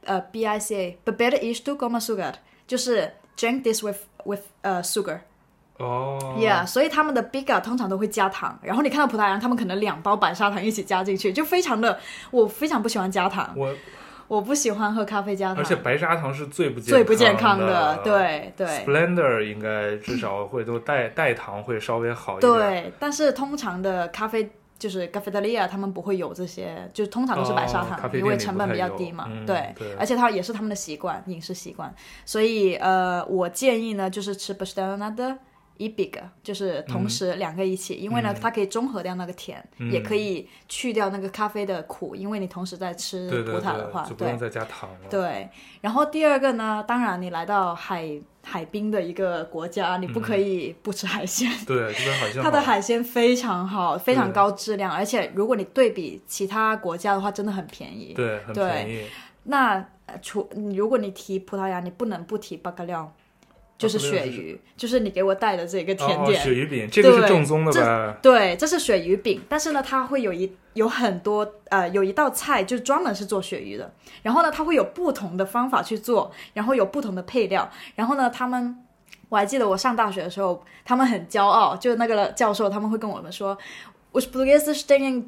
呃，B I C A Beber isto com a sugar，就是 drink this with with 呃 sugar。
哦
Yeah，所以他们的 biga 通常都会加糖，然后你看到葡萄牙人，他们可能两包白砂糖一起加进去，就非常的，我非常不喜欢加糖，
我
我不喜欢喝咖啡加糖，
而且白砂糖是最不
嗯最不健康
的
的，。对对。
Splendor 应该至少会都代代糖会稍微好一点。
对，但是通常的咖啡就是咖啡德利亚，他们不会有这些，就通常都是白砂
哦咖
糖，
啡
因
店
为
里
成
不
本
太
比较
有
低嘛。
嗯
对，
对
而且它也是他们的习惯，饮食习惯。所以呃，我建议呢，就是吃 b a s t e l n a 的 i b i g 就是同时两个一起，因为呢，它可以中和掉那个甜，也可以去掉那个咖啡的苦，因为你同时在吃
对对
葡
对
萄的话，
就不
对
用再加糖了。
对，然后第二个呢，当然你来到海海滨的一个国家，你不可以不吃海鲜。
对，这边好像
它的海鲜非常好，非常高质量，而且如果你对比其他国家的话，真的很便宜。
对很
对
便宜，
那呃除如果你提葡萄牙，你不能不提巴格料，
啊
就是鳕鱼，就是你给我带的这个甜
哦，
点。
鳕鱼饼这个是
对
正宗的吧？
对，这是鳕鱼饼，但是呢，它会有一有很多呃，有一道菜就是专门是做鳕鱼的。然后呢，它会有不同的方法去做，然后有不同的配料。然后呢，他们我还记得我上大学的时候，他们很骄傲，就那个教授他们会跟我们说。Os portugueses têm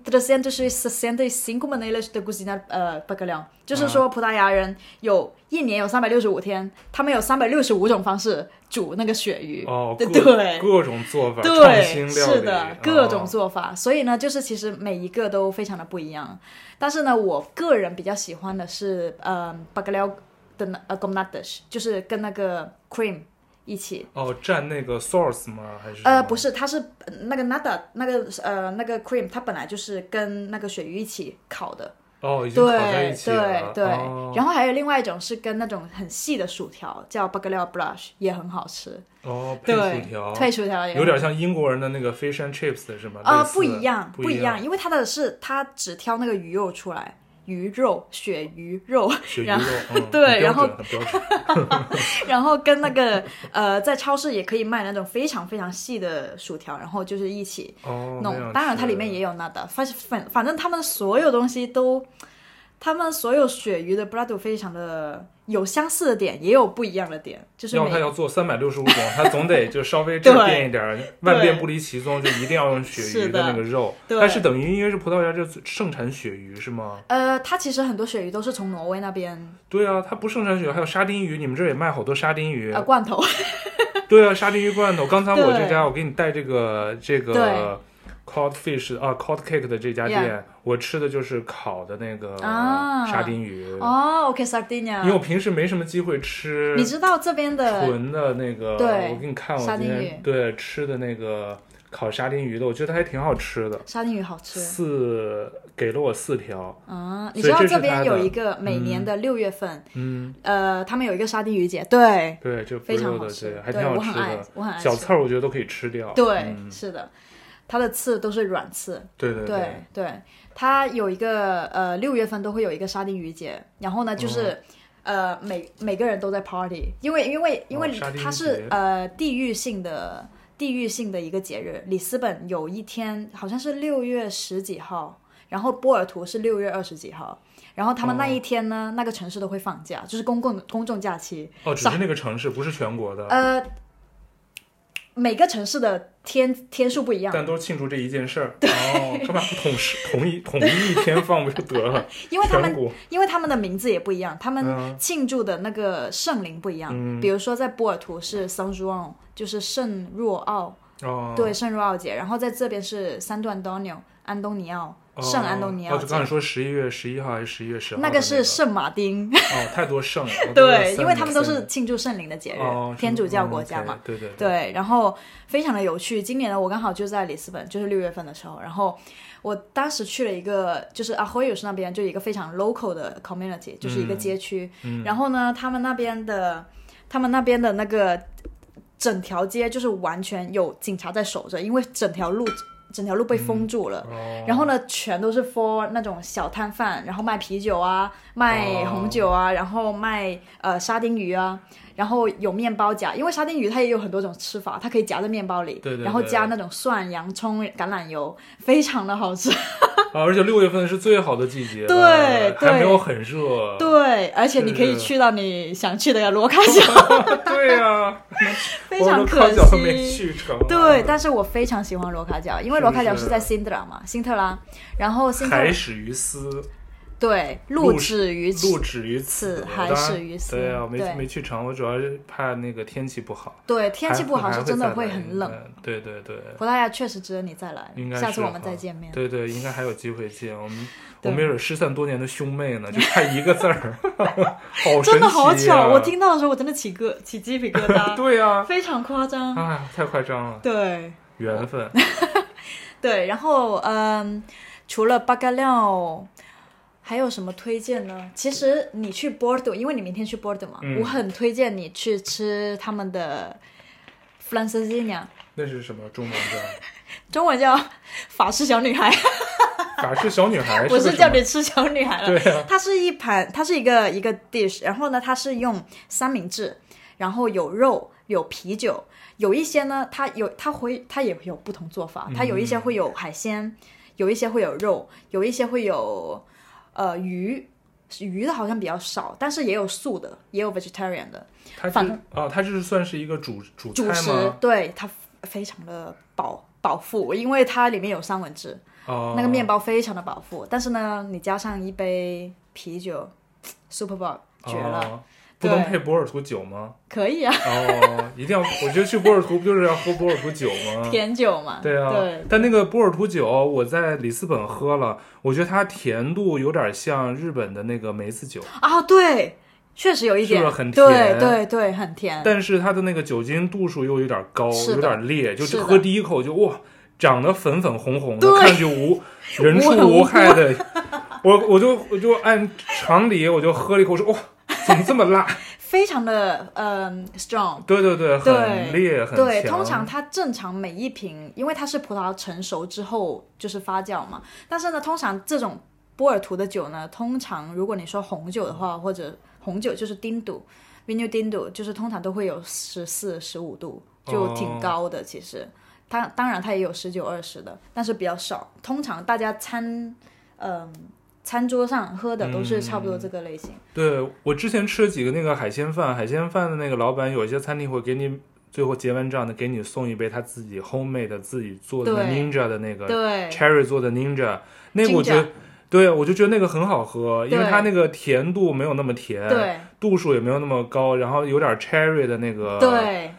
365 maneiras de cozinhar uh, bacalhau，就是说葡萄牙人有一年有365天，他们有365种方式煮那个鳕鱼。
哦，各
对对
各种做法，创新
对，
料理，哦嗯
是的，各种做法。所以呢，就是其实每一个都非常的不一样。但是呢，我个人比较喜欢的是，呃 b a g a l a o 的那呃 g o m n a d i s h 就是跟那个 cream 一一起。
哦，蘸那个 sauce 吗？还是
呃，
什么
不是，它是呃那个 nada 那个呃那个 cream，它本来就是跟那个鳕鱼一起烤的，
哦，已经烤在
对
一起
对
了。
对、
哦
然后还有另外一种是跟那种很细的薯条，叫 b a g a l a brush，也很好吃。
哦，配
对，
薯条，
配薯条也
有点像英国人的那个 fish and chips 是吗？
哎啊、
类似
不一样，
不
一
一样，
样，因为它的是它只挑那个鱼肉出来，鱼肉、鳕鱼肉，
鳕鱼
然
肉
后，
嗯，
对
很标
然后
准很标准，
然后跟那 个呃，在超市也可以卖那种非常非常细的薯条，然后就是一起
哦，那
弄。
样
当然它
吃
里面也有那的，反反反正他们所有东西都，他们所有鳕鱼的 b r a d o 非常的有相似的点，也有不一样的点，就是
要
每
他要做三百六十五种，他总得就稍微这
对
变一点儿，万变不离其宗，就一定要用鳕
是
鱼
的
的那个肉。
对
但是等于因为是葡萄牙就盛产鳕鱼是吗？
呃，它其实很多鳕鱼都是从挪威那边
对啊，它不盛产鳕鱼，还有沙丁鱼，你们这儿也卖好多沙丁鱼
呃。罐头，
对啊，沙丁鱼罐头。刚才我
对
这家，我给你带这个这个
对
cod fish 啊 cod cake 的这家店，我吃的就是烤的那个
啊
沙丁鱼，
哦，OK
因为
Sardinia，
我平时没什么机会吃
你知道这边的
纯的那个，
对
我给你看我
沙
今
丁
天
鱼
对吃的那个烤沙丁鱼的，我觉得还挺好吃的，
沙丁鱼好吃
四给了我四条，
啊！你
所
知
以
道
这是
这
它
边
的
有一个每年的六月份，
嗯，
呃，他们有一个沙丁鱼节，对，
对，就不
非常
肉
好
的，
吃
对，，还挺
对
好
我很
吃
爱
的，，
我很爱
小
吃，
刺儿我觉得都可以吃掉，
对，
嗯
是的，它的刺都是软刺，
对对
对对，它有一个呃六月份都会有一个沙丁鱼节，然后呢就是。
哦
呃，每每个人都在 party，因为因为因为
哦沙丁鱼
它是
节、
呃地域性的地域性的一个节日。里斯本有一天好像是六月十几号，然后波尔图是六月二十几号，然后他
哦
们那一天呢，那个城市都会放假，就是公共公众假期。
哦，只是那个城市，不是全国的，
呃，每个城市的天天数不一样，
但都庆祝这一件事儿，哦，干嘛不统是统一 统一一天放不就得了？
因为他们
全国
因为他们的名字也不一样，他
嗯
们庆祝的那个圣灵不一样。比如说在波尔图是 San Juan，就是圣若奥，
哦，
对，圣若奥节。然后在这边是三段 Antonio，安东尼奥，
哦。
圣安东尼奥
哦，就
节。
刚才说十一月十一号还是十一月十号的
那
那个
个是圣马丁，
哦，太多 圣了，我都要
对，
三
因为他们都
三
是庆祝圣灵的节日，
哦，
天
是
主教
嗯
国家嘛。
，OK，对对对，
对，然后非常的有趣。今年呢，我刚好就在里斯本，就是六月份的时候，然后我当时去了一个，就是阿霍 o 是那边就有一个非常 local 的 community，就是一个
嗯
街区。然后呢，他们那边的，他们那边的那个整条街就是完全有警察在守着，因为整条路整条路被封住了。
哦，
然后呢，全都是 for 那种小摊贩，然后卖啤酒啊，卖红酒
哦
啊，然后卖呃沙丁鱼啊，然后有面包夹，因为沙丁鱼它也有很多种吃法，它可以夹在面包里，
对对
然后
对
加那种蒜、洋葱、橄榄油，非常的好吃。
啊，而且六月份是最好的季节了，
对
还没
对
有很热，
对，而且你可以
是
去到你想去的罗卡角，
对呀，
非
我
常
都
可
靠脚没
惜。
去成，
对，但是我非常喜欢罗卡角，因为罗卡角
是
是在辛特拉嘛，辛特拉，然后辛特
海
拉
始于斯，
对，
陆
陆止于此
路止于
此
我
海
当
始
然
于斯
对啊，我没
对
没去成，我主要是怕那个天气不好，
对，天气
还
不好
还
是真的
再
会
来
很冷。，
嗯对对对。
葡萄牙确实值得你再来
应，该
下次
是
我们
哈
再见面。
对对，应该还有机会见我 们，我
对
们有点失散多年的兄妹呢，就差一个字儿， 好神奇、啊！
真的好巧，我听到的时候我真的起个起鸡皮疙 瘩，
对呀、
非常夸张。
哎，太夸张了，
对
缘分。
对，然后嗯，除了巴嘎料，还有什么推荐呢？其实你去波尔多，因为你明天去波尔多嘛，
嗯
我很推荐你去吃他们的 f r a n c e s i n a
那是什么中文 叫？
中文叫法式小女孩，
法式小女孩？
我
是
是
个
叫
什么
你吃小女孩了。
对呀、
它是一盘，它是一个一个 dish，然后呢，它是用三明治，然后有肉，有啤酒，有一些呢，它有它会它也有不同做
嗯
法，它有一些会有海鲜，有一些会有肉，有一些会有呃鱼，鱼的好像比较少，但是也有素的，也有 vegetarian 的
它
反
是哦，它这是算是一个主主菜
主食
吗？，
对它非常的饱饱腹，因为它里面有三文治，
哦，
那个面包非常的饱腹，但是呢，你加上一杯啤酒，super b o w 绝了。
哦不能
对
配波尔图酒吗？
可以啊，
哦，一定要，我觉得去波尔图不就是要喝波尔图酒 吗？
甜酒嘛。
嗯对啊，
对
但那个波尔图酒，我在里斯本喝了，我觉得它甜度有点像日本的那个梅子酒，
啊，对，确实有一点，
是不是很
对
甜
对对，很甜。
但是它的那个酒精度数又有点高，
是的
有点烈，就是
的
喝第一口就哇，长得粉粉红红的，
对
看去 无人畜无害的。我我就我就按常理，我就喝了一口，说哇，怎么这么辣？
非常的嗯 strong。
对对对，
对
很烈，很
对，
强
通常它正常每一瓶，因为它是葡萄成熟之后就是发酵嘛。但是呢，通常这种波尔图的酒呢，通常如果你说红酒的话，或者红酒就是丁度 v i n e d i n d 就是通常都会有十四、十五度，就挺高的。其实它当然它也有十九、二十的，但是比较少。通常大家餐嗯、餐桌上喝的都是差不多这个类型。
对我之前吃了几个那个海鲜饭，海鲜饭的那个老板，有一些餐厅会给你最后结完账的，给你送一杯他自己 homemade 的自己做的那
对
Ninja 的那个
对
Cherry 做的 Ninja，那个我觉得
Ginger，
对我就觉得那个很好喝，因为
对
它那个甜度没有那么甜，
对
度数也没有那么高，然后有点 Cherry 的那个
对。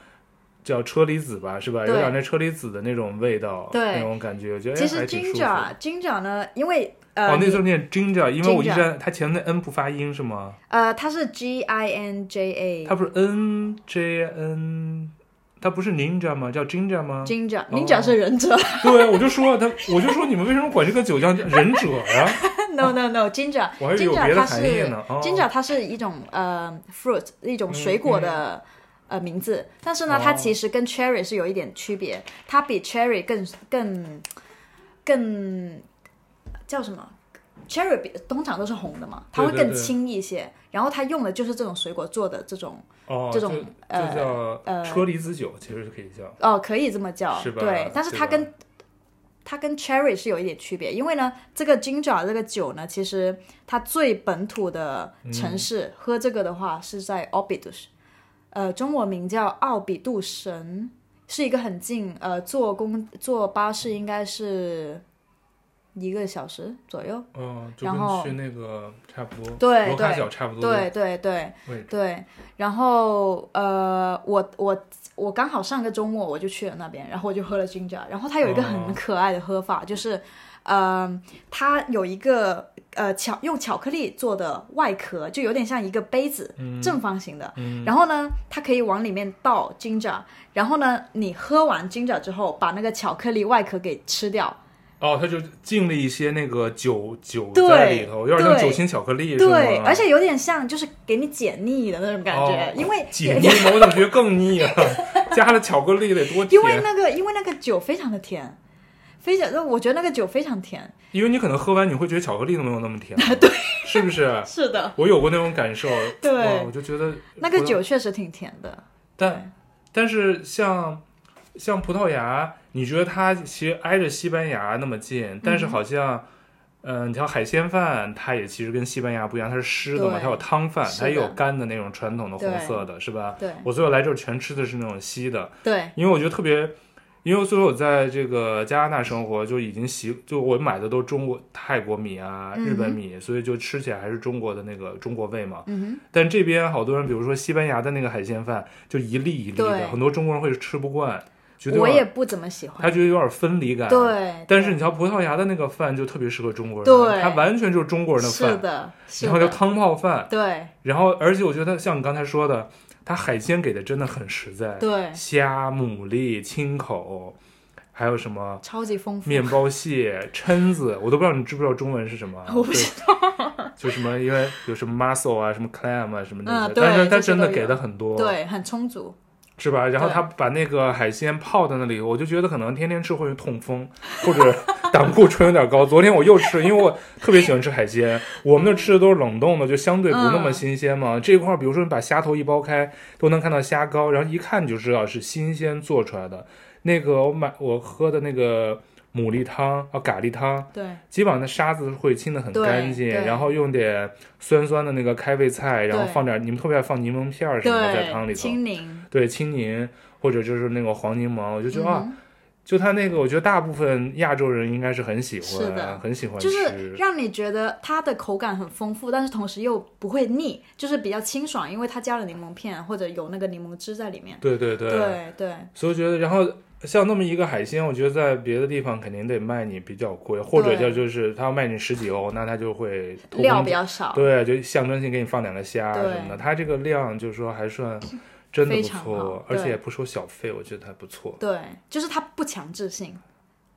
叫车厘子吧，是吧？有
对
点那车厘子的那种味道，
对
那种感觉，我觉得
其
哎
实
还挺舒服。
ginger ginger 呢，因为呃、
哦，那
你
时候念 ginger，因为我一
Ginger
直它前面的 n 不发音是吗？
呃它是 G I N J
它
A
不是 N J N，它不是 Ninja 吗？叫 Ginger 吗？
ginger
哦
ninja 是忍者
对，我就说它，我就说你们为什么管这个酒叫忍者呀、
，no no no ginger
我还以为有别
ginger
的
它
含义
是
呢。哦嗯
ginger 它是一种呃 fruit 一种水果的。呃，名字，但是呢，
哦
它其实跟 cherry 是有一点区别，它比 cherry 更更更叫什么？cherry 比通常都是红的嘛，它会
对对
更
对
轻一些，然后它用的就是这种水果做的这种
哦，
这种
就
呃
就叫
呃
车厘子酒，其实是可以叫。
哦，可以这么叫，
是吧
对，但是它
对吧
跟它跟 cherry 是有一点区别，因为呢，这个 ginger 这个酒呢，其实它最本土的城市、
嗯
喝这个的话是在 Obidus，呃，中文名叫奥比杜神，是一个很近，呃，坐公坐巴士应该是一个小时左右，
嗯，就
然
跟
后
去那个差不多，
对
罗卡
对
角差不多的
对对对
位置。
对，然后呃，我我我刚好上个周末我就去了那边，然后我就喝了 ginger，然后它有一个
哦
很可爱的喝法，就是，呃，它有一个呃巧用巧克力做的外壳，就有点像一个杯子，
嗯
正方形的，然后呢，它可以往里面倒 ginger，然后呢，你喝完 ginger 之后，把那个巧克力外壳给吃掉，
哦，它就浸了一些那个酒酒
对
在里头，有点像
对
酒心巧克力，是吗？
对，而且有点像就是给你解腻的那种感觉，
哦
因为
解腻吗？我怎么觉得更腻啊？ 加了巧克力得多
因为
甜，啊
那个因为那个酒非常的甜，非常，那我觉得那个酒非常甜。
因为你可能喝完你会觉得巧克力都没有那么甜， 对，是不是？
是的，
我有过那种感受，
对
哇我就觉得
那个
葡萄，
酒确实挺甜的。
但但是像像葡萄牙，你觉得它其实挨着西班牙那么近，但是好像，嗯、你像海鲜饭，它也其实跟西班牙不一样，它是湿的嘛，
对
它有汤饭，
是的
它也有干的那种传统的红色的，是吧？
对
我最后来这儿全吃的是那种稀的，
对，
因为我觉得特别，因为最后我在这个加拿大生活就已经习，就我买的都是中国泰国米啊、
嗯哼
日本米，所以就吃起来还是中国的那个中国味嘛。
嗯
但这边好多人，比如说西班牙的那个海鲜饭，就一粒一粒
对
的，很多中国人会吃不惯，觉
哼
得，有
我
点
也不怎么喜欢。
他觉得有点分离感。。
对，
但是你瞧葡萄牙的那个饭就特别适合中国人，
对
它完全就是中国人的
是
饭，
的，是
然后叫
的，
汤泡饭，
对
然后而且我觉得像你刚才说的，它海鲜给的真的很实在，
对，
虾、牡蛎、青口，还有什么
超级丰富。
面包蟹、蛏子，我都不知道你知不知道中文是什么。
我不
知道，就什么因为有什么 mussel 啊、什么 clam 啊什么那些，
嗯对
但是它
这些
真
都
的
有
给的很多，，
对，很充足。
是吧？然后
对
他把那个海鲜泡在那里，我就觉得可能天天吃会痛风，或者胆固醇有点高。昨天我又吃，因为我特别喜欢吃海鲜，我们那吃的都是冷冻的，就相对不那么
嗯
新鲜嘛。这一块儿，比如说你把虾头一剥开，都能看到虾膏，然后一看你就知道是新鲜做出来的。那个我买我喝的那个牡蛎汤啊，咖喱汤，
对
基本上那沙子会清的很
对
干净，
对
然后用点酸酸的那个开胃菜，然后
对
放点你们特别爱放柠檬片儿什么的在汤里
对，
头，
青柠。
对青柠或者就是那个黄柠檬，我就觉得、啊，
嗯
就它那个，我觉得大部分亚洲人应该是很喜
是
欢，
的
很喜欢
哼，
吃，
就是让你觉得它的口感很丰富，但是同时又不会腻，就是比较清爽，因为它加了柠檬片或者有那个柠檬汁在里面。
对对对
对对
所以我觉得，然后像那么一个海鲜，我觉得在别的地方肯定得卖你比较贵，或者就
对
就是他要卖你十几欧，那他就会偷工
料
减
比较少，
对，就象征性给你放两个虾啊
对
什么的。它这个量就是说还算真的不
非常好
错，而且
对
也不收小费，我觉得还不错。
对，就是它不强制性，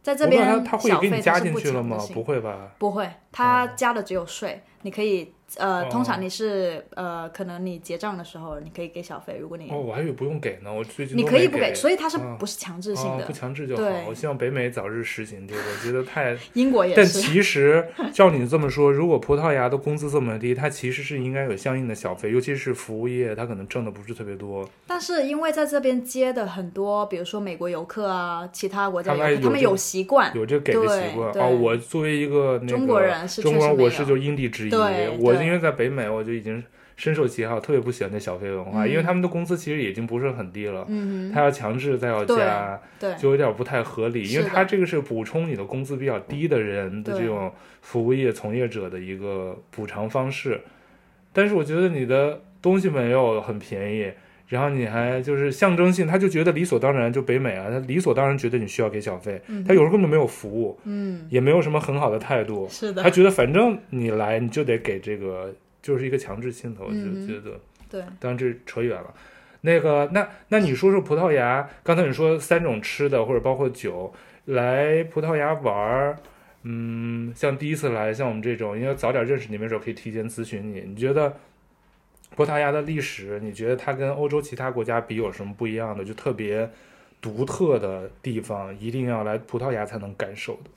在这
我不知道
边
它它会
小
给
费
你
它
加
是
进
不
去了
强
吗
制？性，
不会哦吧？
不会，它加的只有税，你可以
哦
呃，通常你是呃，可能你结账的时候你可以给小费，如果你、
哦，我还以为不用给呢，我最近
你
都
可以
没
不
给，
所以它是
嗯
不是强制性
哦
的？
不强制就
对
好。我希望北美早日实行这个，我觉得太。
英国 也
但
是，
其 实照你这么说，如果葡萄牙的工资这么低，它其实是应该有相应的小费，尤其是服务业，它可能挣的不是特别多。
但是因为在这边接的很多，比如说美国游客啊，其他国家
他
游
们
客，他
有
们
这
有习惯，
有这给的习惯
啊对
哦。
对
我作为一个那个
中国人是
中
确
国
实
人，
没
我是
有
就因地制宜。
对
我
对
因为在北美，我就已经深受其害，我特别不喜欢这小费文化，因为他们的工资其实已经不是很低了，
嗯
他要强制再要
对
加，
哼，对
就有点不太合理，因为
是的
他这个是补充你的工资比较低的人的
对
这种服务业从业者的一个补偿方式。但是我觉得你的东西没有很便宜，然后你还就是象征性，他就觉得理所当然，就北美啊，他理所当然觉得你需要给小费，
嗯
他有时候根本没有服务，
嗯，
也没有什么很好的态度，
是
他
的，
觉得反正你来你就得给这个，就是一个强制性的，我就
嗯
觉得，
对。
当然这扯远了。那个，那那你说说葡萄牙？刚才你说三种吃的，或者包括酒，来葡萄牙玩儿，嗯，像第一次来，像我们这种，因为早点认识你，没准可以提前咨询你。你觉得葡萄牙的历史，你觉得它跟欧洲其他国家比有什么不一样的？就特别独特的地方，一定要来葡萄牙才能感受的。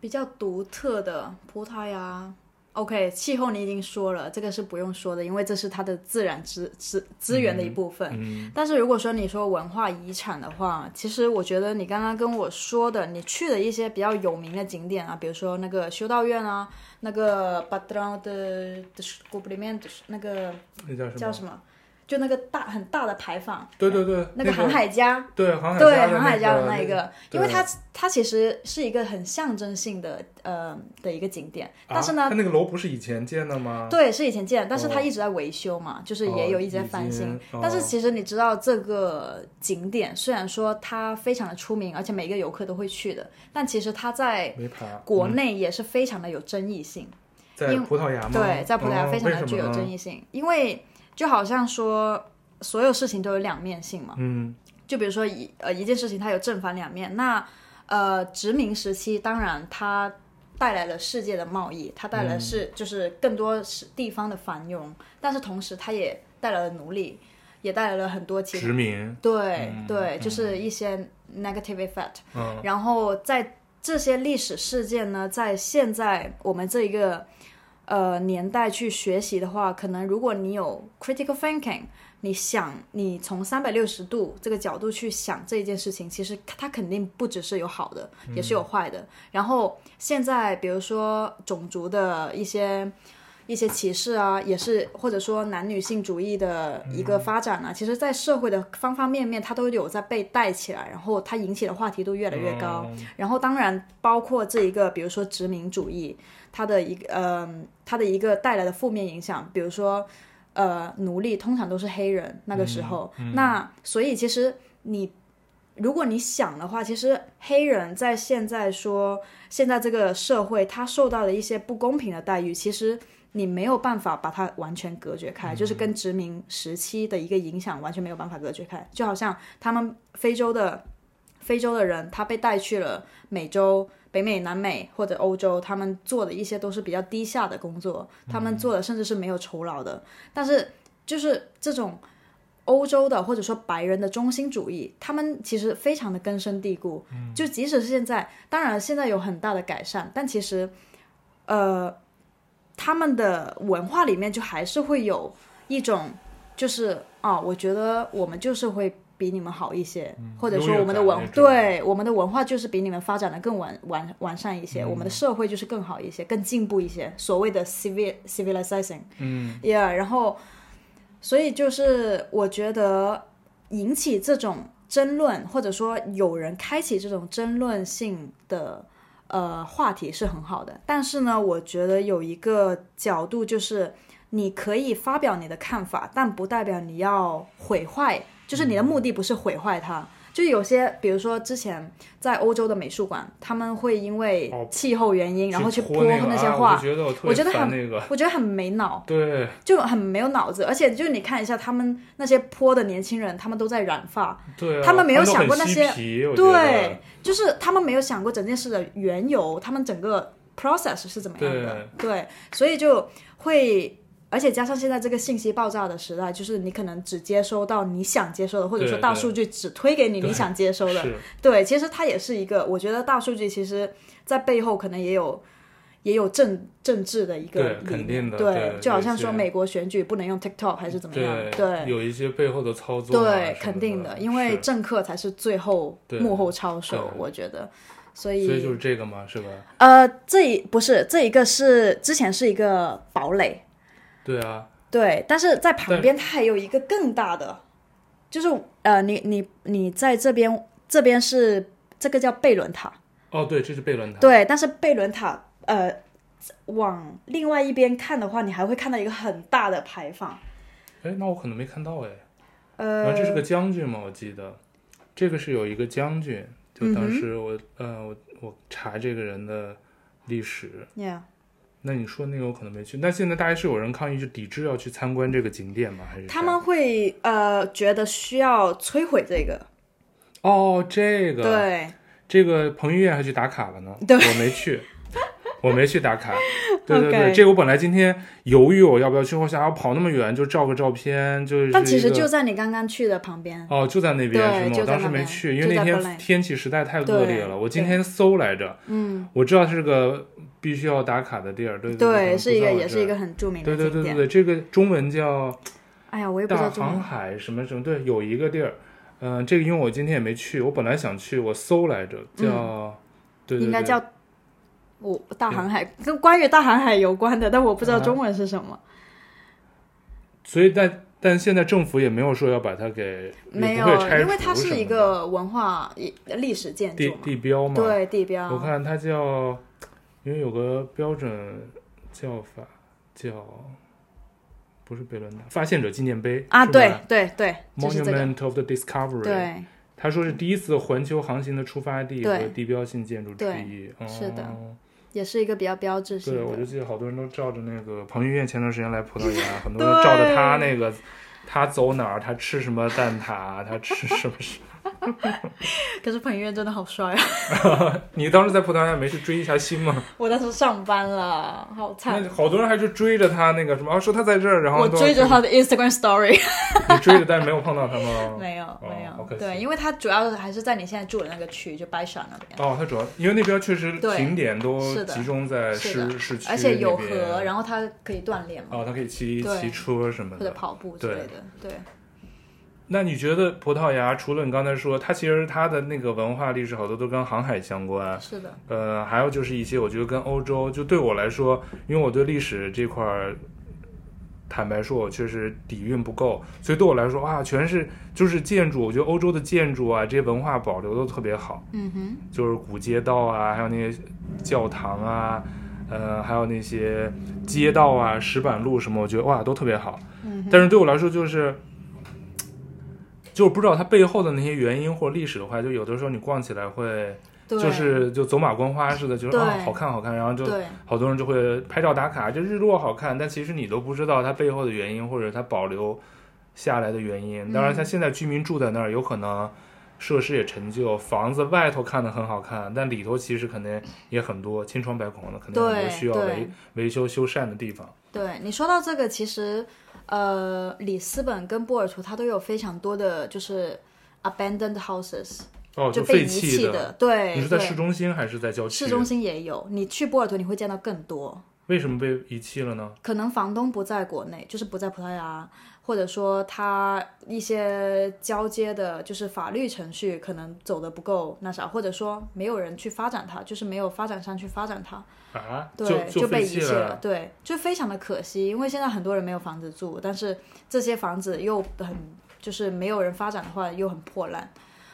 比较独特的葡萄牙。OK，气候你已经说了，这个是不用说的，因为这是它的自然资资资源的一部分。
嗯
但是如果说你说文化遗产的话，其实我觉得你刚刚跟我说的，你去的一些比较有名的景点啊，比如说那个修道院啊，那个 Patrão de de c o b r i m e n t 那个
那叫什
叫
么？
什么？就那个大很大的牌坊，
对对对，那
那个航海家，
对航海
对
家的
航海家的那
那
一个，因为它它其实是一个很象征性的呃的一个景点，但是呢，
啊它那个楼不是以前建的吗？
对是以前建，但是它
哦
一直在维修嘛，就是
哦
也有一直在
已
翻新
经。哦
但是其实你知道这个景点虽然说它非常的出名，而且每个游客都会去的，但其实它在
没爬。
国内也是非常的有争议性。
在葡萄嗯牙吗？
对，在葡萄牙
哦
非常的具有
为什么
争
呢
议性，因为就好像说所有事情都有两面性嘛。
嗯，
就比如说一呃一件事情，它有正反两面。那呃殖民时期，当然它带来了世界的贸易，它
嗯
带来是、就是更多是地方的繁荣，但是同时它也带来了奴隶，也带来了很多其他
殖民，
对、
嗯
对，就是一些 negative effect。
嗯，
然后在这些历史事件呢，在现在我们这一个呃年代去学习的话，可能如果你有 critical thinking，你想你从三百六十度这个角度去想这一件事情，其实它肯定不只是有好的，也是有坏的。然后现在比如说种族的一些。一些歧视啊，也是或者说男女性主义的一个发展啊，其实，在社会的方方面面，它都有在被带起来，然后它引起的话题度越来越高。
哦
然后，当然包括这一个，比如说殖民主义，它的一个呃，它的一个带来的负面影响，比如说呃，奴隶通常都是黑人那个时候，那所以其实你。如果你想的话，其实黑人在现在说现在这个社会，他受到的一些不公平的待遇，其实你没有办法把它完全隔绝开，就是跟殖民时期的一个影响完全没有办法隔绝开。就好像他们非洲的非洲的人，他被带去了美洲、北美、南美或者欧洲，他们做的一些都是比较低下的工作，他们做的甚至是没有酬劳的。但是就是这种。欧洲的或者说白人的中心主义，他们其实非常的根深蒂固。就即使是现在，当然现在有很大的改善，但其实，呃，他们的文化里面就还是会有一种，就是啊，我觉得我们就是会比你们好一些，或者说我们的
优
文
越嗯感那种
对我们的文化就是比你们发展的更完完完善一
嗯
些，我们的社会就是更好一些，更进步一些，所谓的 civil civilization。
嗯，
yeah，然后，所以就是我觉得引起这种争论，或者说有人开启这种争论性的呃话题是很好的。但是呢，我觉得有一个角度就是，你可以发表你的看法，但不代表你要毁坏，就是你的目的不是毁坏它。就有些，比如说之前在欧洲的美术馆，他们会因为
哦
气候原因，然后去
泼
泼
个
那些
啊
画，
我觉得我特
我觉
别
得
烦
很
那 个，
我觉得很没脑，
对，
就很没有脑子。而且就是你看一下他们那些泼的年轻人，他们都在染发，
对啊，
他们没有
都
想
很
过那
嬉
些
皮我觉
对
得，
就是他们没有想过整件事的缘由，他们整个 process 是怎么样的，对，所以就会，而且加上现在这个信息爆炸的时代，就是你可能只接收到你想接收的，或者说
对
大
对
数据只推给你
对
你想接收的，
是
对，其实它也是一个，我觉得大数据其实在背后可能也有。也有政政治的一个
对
理
肯
念
定的
对，
对
就好
有
像
些
说美国选举不能用 TikTok 还是怎么样，
对
对，
有一些背后的操作啊什
对
么，
肯定
的，
因为
是
政客才是最后
对
幕后操手
对，
我觉得。
所
所
以
以，
就是这个嘛，是吧？
呃，这一不是这一个是之前是一个堡垒，
对啊，
对，但是在
但
旁边它还有一个更大的，就是呃，你你你在这边这边是这个叫贝伦塔，
哦，对，这是贝伦塔，
对，但是贝伦塔呃往另外一边看的话，你还会看到一个很大的牌坊，
哎，那我可能没看到哎。然后
呃
这是个将军嘛，我记得，这个是有一个将军，就
嗯
当时我，呃，我我查这个人的历史。
，yeah，
那你说那个我可能没去，那现在大概是有人抗议，就抵制要去参观这个景点吗？还是
他
啥
们会呃觉得需要摧毁这个，
哦，这个
对。
这个彭于晏还去打卡了呢，
对
我没去，我没去打 卡。对对对
OK
这个我本来今天犹豫我要不要去，我想要跑那么远就照个照片，就是
但其实
一个
就在你刚刚去的旁边。
哦，就在那边
对
是吗？
就
我
在
当时
那
没
边
去，因为
就
那
在
天
本来
天气实在太恶劣了。
对
我今天搜来着，
嗯，
我知道它是个必须要打卡的地儿，对对，
对，是一个也是一
个。
个很著名
对
的
对对
景
对
点。
对，这个中文叫
哎呀，我也不知
大
道中
航
文。
海什么什么，对，有一个地儿，嗯、这个因为我今天也没去，我本来想去，我搜来着，叫，对对对，
嗯应该叫我大航海，跟关于大航海有关的，但我
啊
不知道中文是什么。
所以但但现在政府也没有说要把它给
没
也
有
不会拆，除
因为它
什
是
么
一
的
个文化一历史建
地
筑嘛。
地标嘛，
对啊地
我
标，
看它叫，因为有个标准叫法叫，不是贝伦塔，发现者纪念碑
啊，
是
对
吧
对对，就是这个，
，Monument of the Discovery。，
对，
他说是第一次环球航行的出发地
对
和地标性建筑之
对
一。哦
是的。也是一个比较标志性
对，我就
的。
记得好多人都照着那个彭于晏前段时间来葡萄 牙，很多
对
人照着他那个，他走哪儿，他吃什么蛋挞，他吃什么 是。
可是彭于晏真的好帅啊！
你当时在葡萄牙没去追一下星吗？
我当时上班了，好
那
惨。
好多人还是追着他那个什么，啊说他在这儿，然后
我
都
追着他的 Instagram story。
你追着，但是没有碰到他吗？
没有，没
好
有
可，惜
对，因为它主要还是在你现在住的那个区，就白沙那边，
哦，他主要因为那边确实
对
景点都
是的
集中在
是的
市市区那边，
而且有河，然后它可以锻炼嘛，
哦，他可以骑
对
骑车什么
或者
的。
跑步之类的，对，
那你觉得葡萄牙除了你刚才说，它其实它的那个文化历史好多都跟航海相关，
是的，
呃，还有就是一些我觉得跟欧洲，就对我来说，因为我对历史这块儿，坦白说，我确实底蕴不够，所以对我来说，哇，全是就是建筑，我觉得欧洲的建筑啊，这些文化保留的特别好。
嗯哼，
就是古街道啊，还有那些教堂啊，呃，还有那些街道啊、石板路什么，我觉得哇都特别好。
嗯
但是对我来说就是，就是不知道它背后的那些原因或历史的话，就有的时候你逛起来会
对，
就是就走马观花似的，就是
对
啊好看好看，然后就
对，
好多人就会拍照打卡，这日落好看，但其实你都不知道它背后的原因，或者它保留下来的原因。
嗯
当然，它现在居民住在那儿，有可能设施也陈旧，房子外头看的很好看，但里头其实肯定也很多千疮百孔的，肯定很多
对
需要
对
维维修修缮的地方。
对你说到这个，其实，呃，里斯本跟波尔图它都有非常多的就是 abandoned houses，
哦，
就被
废
遗
弃
弃。对，
你是在
哎对
市中心还是在郊区？
市中心也有，你去波尔图你会见到更多，
为什么被遗弃了呢？
可能房东不在国内，就是不在葡萄牙，或者说他一些交接的，就是法律程序可能走的不够那啥，或者说没有人去发展它，就是没有发展商去发展它，
啊，
对，
就
被
废
遗
弃
弃。对，就非常的可惜，因为现在很多人没有房子住，但是这些房子又很就是没有人发展的话又很破烂，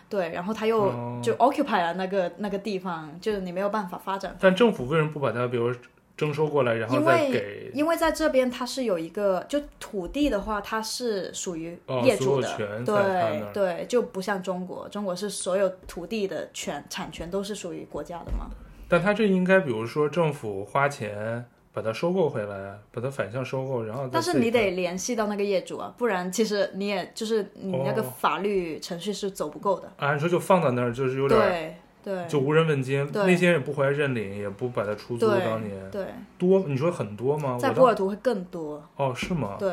对，然后他又
哦
就 occupy 了那个那个地方，就是你没有办法发展，
但政府为什么不把它，比如征收过来，然后
因
再
为
给
因为在这边它是有一个，就土地的话，它是属于
哦
业
所
主
有
的，
权在他那
对
儿
对，就不像中国，中国是所有土地的权产权都是属于国家的嘛。
但他这应该，比如说政府花钱把它收购回来，把它反向收购，然后再
但是
自己
你
看
得联系到那个业主啊，不然其实你也就是你那个
哦
法律程序是走不够的。
按啊说就放到那儿，就是有点
对对
就无人问津，
对
那些人也不回来认领，也不把它出租。当年
对对，
多，你说很多吗？
在
我
波
当
尔图会更多。
哦是吗？
对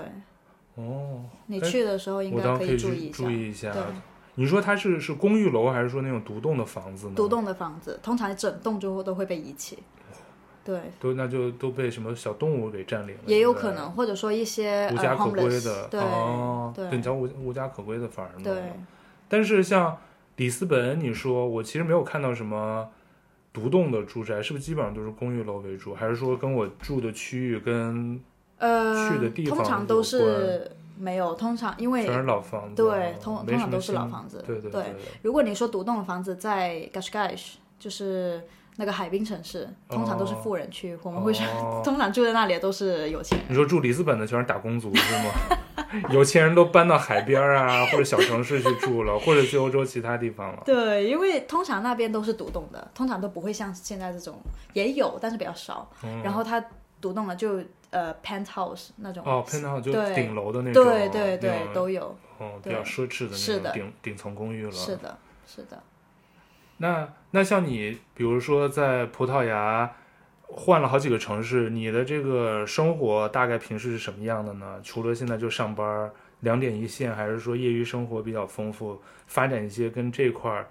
哦，
你
哎
去的时候应
我
该
当
可
以
以注
去
意一下
注。意一下
对。
你说它是是公寓楼还是说那种独栋的房子呢？
独栋的房子通常整栋之后都会被遗弃。对，
都那就都被什么小动物给占领了，
也有
对
可能，或者说一些
无家
呃
可归
homeless，
的
对、
哦，
对
你叫无无家可归的反而弄
对，
但是像里斯本，你说我其实没有看到什么独栋的住宅，是不是基本上都是公寓楼为主？还是说跟我住的区域跟
呃，
去的地方
通常都
有
是没有，通常因为
全是老房子啊？
对通
没什
通常
么
都是老
新
房子。
对对对，
如果你说独栋的房子在 Gashgash，就是那个海滨城市，通常都是
哦
富人区，我们会说、
哦
通常住在那里的都是有钱人。
你说住里斯本的全是打工族是吗？ 有钱人都搬到海边儿啊，或者小城市去住了，或者去欧洲其他地方了。
对，因为通常那边都是独栋的，通常都不会像现在这种，也有，但是比较少。
嗯
然后它独栋的就呃 penthouse 那种，
哦，碰到就
对
顶楼的那种，
对对对
那种
都有，
哦，比
对
较奢侈的
是
那种
的
顶顶层公寓了。
是的，是的。
那那像你，比如说在葡萄牙换了好几个城市，你的这个生活大概平时是什么样的呢？除了现在就上班儿，两点一线，还是说业余生活比较丰富，发展一些跟这块儿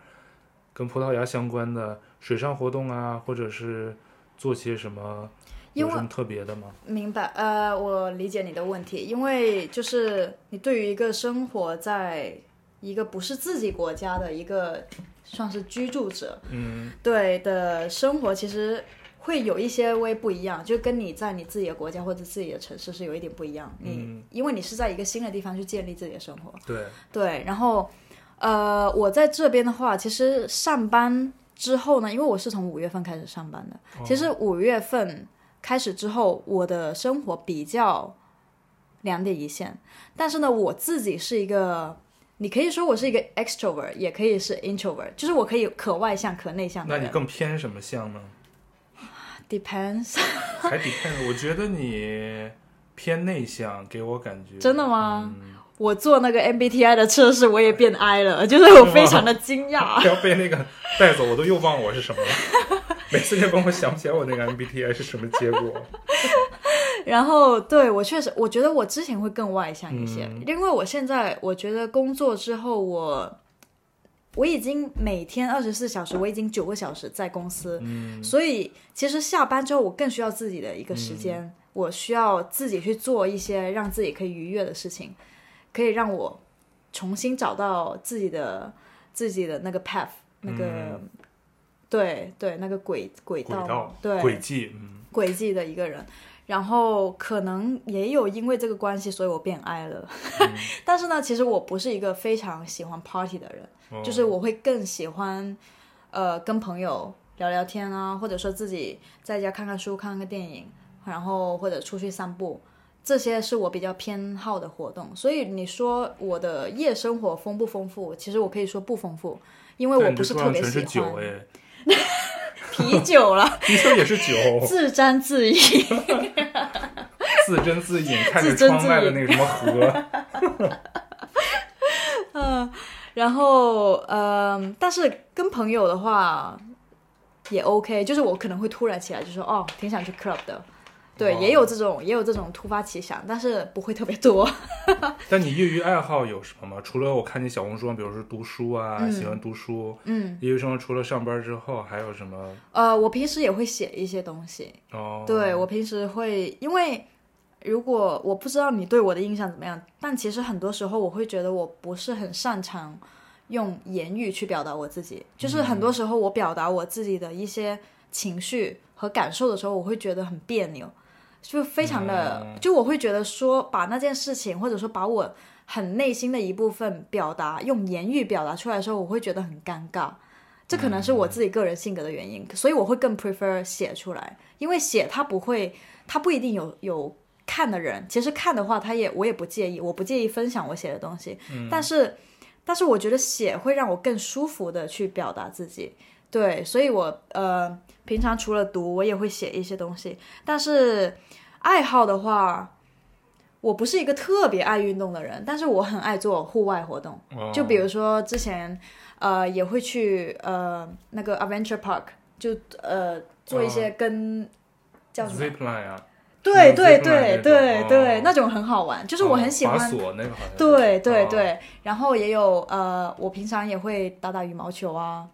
跟葡萄牙相关的水上活动啊，或者是做些什么？
因
有
为
什么特别的吗？
明白，呃，我理解你的问题，因为就是你对于一个生活在一个不是自己国家的一个算是居住者，
嗯，
对的生活，其实会有一些微不一样，就跟你在你自己的国家或者自己的城市是有一点不一样。你、
嗯
因为你是在一个新的地方去建立自己的生活，
对，
对，然后呃，我在这边的话，其实上班之后呢，因为我是从五月份开始上班的，
哦
其实五月份开始之后，我的生活比较两点一线，但是呢，我自己是一个。你可以说我是一个 extrovert，也可以是 introvert，就是我可以可外向、可内向的
那你
人。
更偏什么向呢？
Depends，
还 depend，我觉得你偏内向，给我感觉
真的吗？我做那个 MBTI 的测试，我也变 I 了，就是我非常的惊讶。
不要被那个带走，我都又忘我是什么了。每次就帮我想不起来我那个 MBTI 是什么结果。
然后对我确实，我觉得我之前会更外向一些，
嗯
因为我现在我觉得工作之后我。我已经每天二十四小时，我已经九个小时在公司，
嗯
所以其实下班之后我更需要自己的一个时
嗯
间，我需要自己去做一些让自己可以愉悦的事情，可以让我重新找到自己的自己的那个 path，那个、对对那个轨轨
嗯轨
道
道、
对
轨迹，嗯，
轨迹的一个人，然后可能也有因为这个关系，所以我变 I 了。
嗯
但是呢，其实我不是一个非常喜欢 party 的人，
哦
就是我会更喜欢呃跟朋友聊聊天啊，或者说自己在家看看书、看看电影，然后或者出去散步。这些是我比较偏好的活动，所以你说我的夜生活丰不丰富？其实我可以说不丰富，因为
但
我
你
不
这
是
桌
特
上
别
全是
喜
酒
欢
哎，
啤酒 了，
你说也是酒，
自沾自饮。
自斟自饮，看着
自斟
窗外
自
的那
饮
个什么河，
然后，嗯，但是跟朋友的话也 OK，就是我可能会突然起来就说，哦，挺想去 club 的，对，
哦
也有这种，也有这种突发奇想，但是不会特别多。
但你业余爱好有什么吗？除了我看你小红书上，比如说读书啊，喜欢读书，
嗯，
业余生活除了上班之后还有什么？
呃，我平时也会写一些东西，
哦，
对我平时会，因为如果我不知道你对我的印象怎么样，但其实很多时候我会觉得我不是很擅长用言语去表达我自己，就是很
嗯
多时候我表达我自己的一些情绪和感受的时候，我会觉得很别扭，就非常的，就我会觉得说把那件事情或者说把我很内心的一部分表达用言语表达出来的时候，我会觉得很尴尬。这可能是我自己个人性格的原因，所以我会更 prefer 写出来，因为写它不会，它不一定有有看的人。其实看的话，他也我也不介意，我不介意分享我写的东西，但是但是我觉得写会让我更舒服的去表达自己。对，所以我呃平常除了读，我也会写一些东西，但是爱好的话。我不是一个特别爱运动的人，但是我很爱做户外活动。
哦
就比如说之前，呃，也会去呃那个 Adventure Park，就呃做一
哦
些跟、叫什么？
Zipline 啊，
对
嗯
对
zipline
对
那种
对
哦
对，那种很好玩，就是我
哦
很喜欢
滑索那个好像是，
对对
哦，
对，然后也有呃，我平常也会打打羽毛球啊，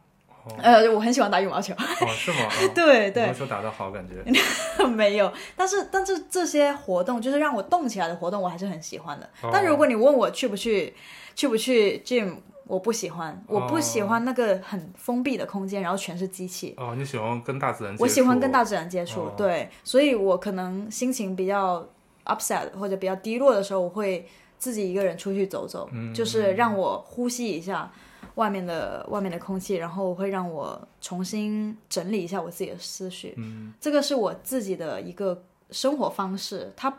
呃，我很喜欢打羽毛球，
哦是吗？哦
对对
你，说打得好，感 觉
没有，但是但是这些活动就是让我动起来的活动，我还是很喜欢的。
哦
但如果你问我去不去，去不去 gym，我不喜欢，
哦
我不喜欢那个很封闭的空间，然后全是机器。
哦，你喜欢跟大自然接触，
我喜欢跟大自然接触，
哦
对，所以我可能心情比较 upset 或者比较低落的时候，我会自己一个人出去走走，
嗯
就是让我呼吸一下外面的外面的空气，然后会让我重新整理一下我自己的思绪。嗯、这个是我自己的一个生活方式。它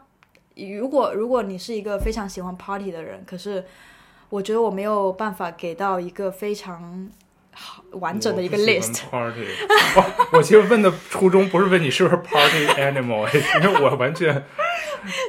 如果如果你是一个非常喜欢 party 的人，可是我觉得我没有办法给到一个非常好完整的一个
我不喜
list
欢。party。哦 我其实问的初衷不是问你是不是 party animal，因 为我完全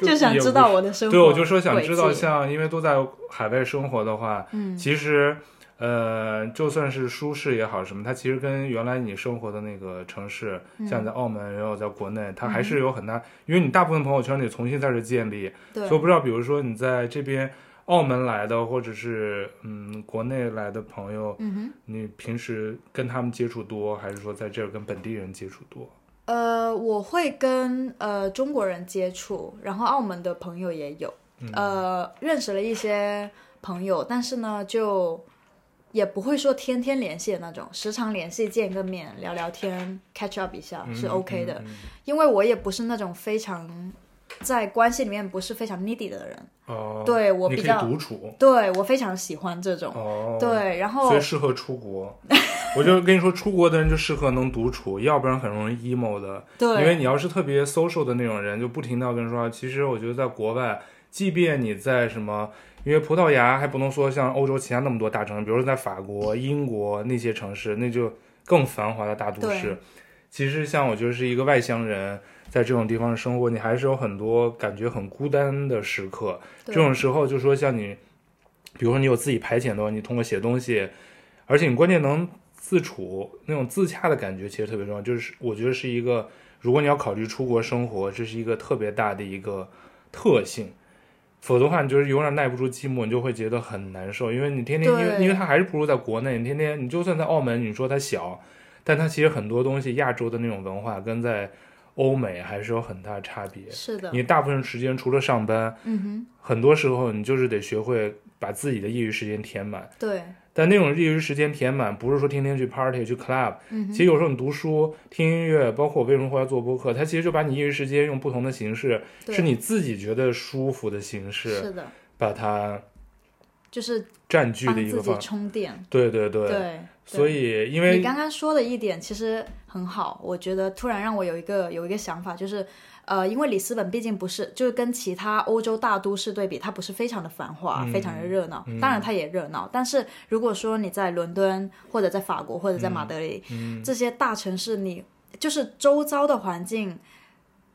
就想知道我的生活。
对，我就说想知道
轨迹
像，因为都在海外生活的话，嗯，其实呃，就算是舒适也好，什么，它其实跟原来你生活的那个城市，
嗯
像在澳门，然后在国内，它还是有很大，因为你大部分朋友圈得重新在这建立，
对
所以我不知道，比如说你在这边澳门来的，或者是嗯国内来的朋友，嗯、你平时跟他们接触多，还是说在这儿跟本地人接触多？
呃，我会跟呃中国人接触，然后澳门的朋友也有，
嗯
呃，认识了一些朋友，但是呢，就也不会说天天联系的那种，时常联系，见个面，聊聊天，catch up 一下
嗯
是 OK 的，因为我也不是那种非常在关系里面不是非常 needy 的人，
哦、
对我
你
比
可以
较
独处。
对我非常喜欢这种，
哦，
对，然后
所以适合出国。 我就跟你说，出国的人就适合能独处，要不然很容易 emo 的。
对，
因为你要是特别 social 的那种人，就不停的跟人说话。其实我觉得在国外，即便你在什么，因为葡萄牙还不能说像欧洲其他那么多大城市，比如说在法国、英国那些城市，那就更繁华的大都市
对。
其实像我觉得是一个外乡人，在这种地方生活，你还是有很多感觉很孤单的时刻。
对
这种时候就说像你，比如说你有自己排遣的话，你通过写东西，而且你关键能自处那种自洽的感觉，其实特别重要。就是我觉得是一个，如果你要考虑出国生活，这是一个特别大的一个特性。否则的话，你就是永远耐不住寂寞，你就会觉得很难受，因为你天天，因为
对
因为它还是不如在国内，你天天，你就算在澳门，你说它小，但它其实很多东西，亚洲的那种文化跟在欧美还是有很大差别。
是的，
你大部分时间除了上班，
嗯
很多时候你就是得学会把自己的业余时间填满
哼，。对，
但那种业余时间填满，不是说天天去 party 去 club，、
嗯
其实有时候你读书、听音乐，包括我为什么会要做播客，它其实就把你业余时间用不同的形式，
对
是你自己觉得舒服的形式，
是的，
把它
就是
占据
帮
的一
自
个
己
方。
充电。
对对对，
对，对
所以因
你
为
刚刚说的一点其实很好，我觉得突然让我有一个有一个想法，就是呃，因为里斯本毕竟不是，就是跟其他欧洲大都市对比，它不是非常的繁华，非
嗯
常的热闹。当然它也热闹，但是如果说你在伦敦或者在法国或者在马德里、
嗯
这些大城市你，就是周遭的环境。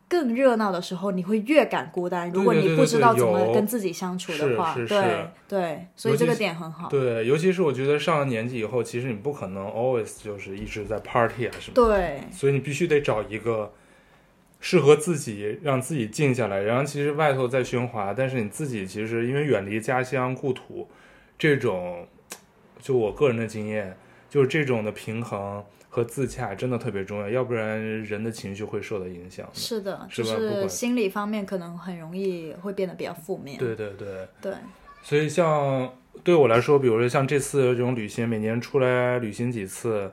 更热闹的时候，你会越感孤单。如果
对对
你
对
不
对
知道怎
有
么跟自己相处
是
的话，
是是
对对，所以
尤其
这个
是
点很好。
对，尤其是我觉得上了年纪以后，其实你不可能 always 就是一直在 party 啊什么的。
对，
所以你必须得找一个适合自己，让自己静下来。然后其实外头在喧哗，但是你自己其实因为远离家乡故土，这种就我个人的经验，就是这种的平衡和自洽真的特别重要，要不然人的情绪会受到影响的。
是的，
是
就
吧不管
是心理方面可能很容易会变得比较负面。
对对对，
对
所以像对我来说，比如说像这次这种旅行，每年出来旅行几次，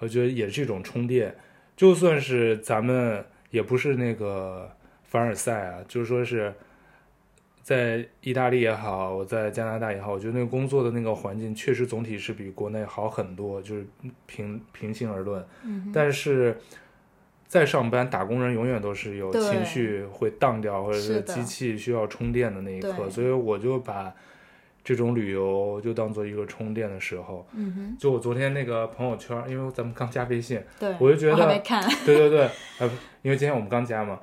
我觉得也是一种充电。就算是咱们也不是那个凡尔赛啊，就是说是在意大利也好，我在加拿大也好，我觉得那个工作的那个环境确实总体是比国内好很多，就是平平心而论。
嗯哼，
但是在上班，打工人永远都是有
对
情绪会荡掉，或者
是
是
的
机器需要充电的那一刻，
对
所以我就把这种旅游就当做一个充电的时候。
嗯哼，
就我昨天那个朋友圈，因为咱们刚加微信，
对，
我就觉
还
得
没看
对对对，呃，因为今天我们刚加嘛，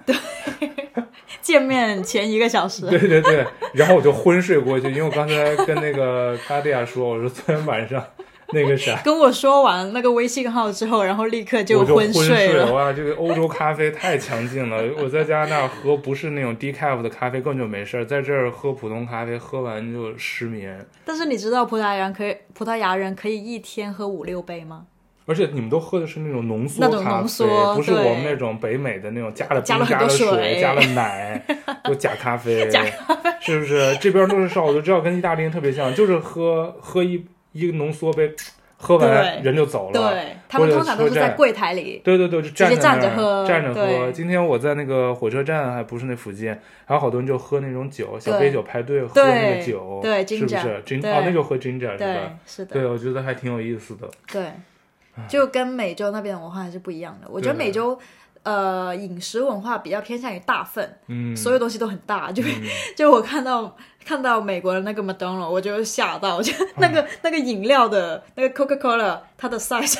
见面前一个小时，
对对对，然后我就昏睡过去，因为我刚才跟那个卡地亚说，我说昨天晚上那个啥，
跟我说完那个微信号之后，然后立刻
我就
昏
睡
了。
哇，这个欧洲咖啡太强劲了，我在加拿大喝不是那种 decaf 的咖啡根本就没事儿，在这儿喝普通咖啡喝完就失眠，
但是你知道葡萄牙人可以，葡萄牙人可以一天喝五六杯吗？
而且你们都喝的是那种浓缩
那种
咖
浓
啡，
缩
不是我们
对
那种北美的那种加了冰、
加了很
加
多
了
水
加了奶， 就假咖啡，
假
是不是？这边都是烧，我就知道跟意大利人特别像，就是喝喝一一个浓缩杯，喝完
对
人就走了。
对他们通常都是在柜台里。
对对对，就站
直接
在那
站着
儿
喝
站着喝。
对
今天我在那个火车站，还不是那附近，还有好多人就喝那种酒，小
对
杯酒排队喝那个
对
酒，
对
是不是
ginger，
？gin
对
哦，那就喝 ginger 是吧？
对，是的。
对，我觉得还挺有意思的。
对，就跟美洲那边的文化还是不一样的。我觉得
对
美洲。呃，饮食文化比较偏向于大份，
嗯，
所有东西都很大。就、
嗯
就我看到看到美国的那个 McDonald，我就吓到，就
嗯
那个、那个饮料的那个 Coca Cola，它的 size，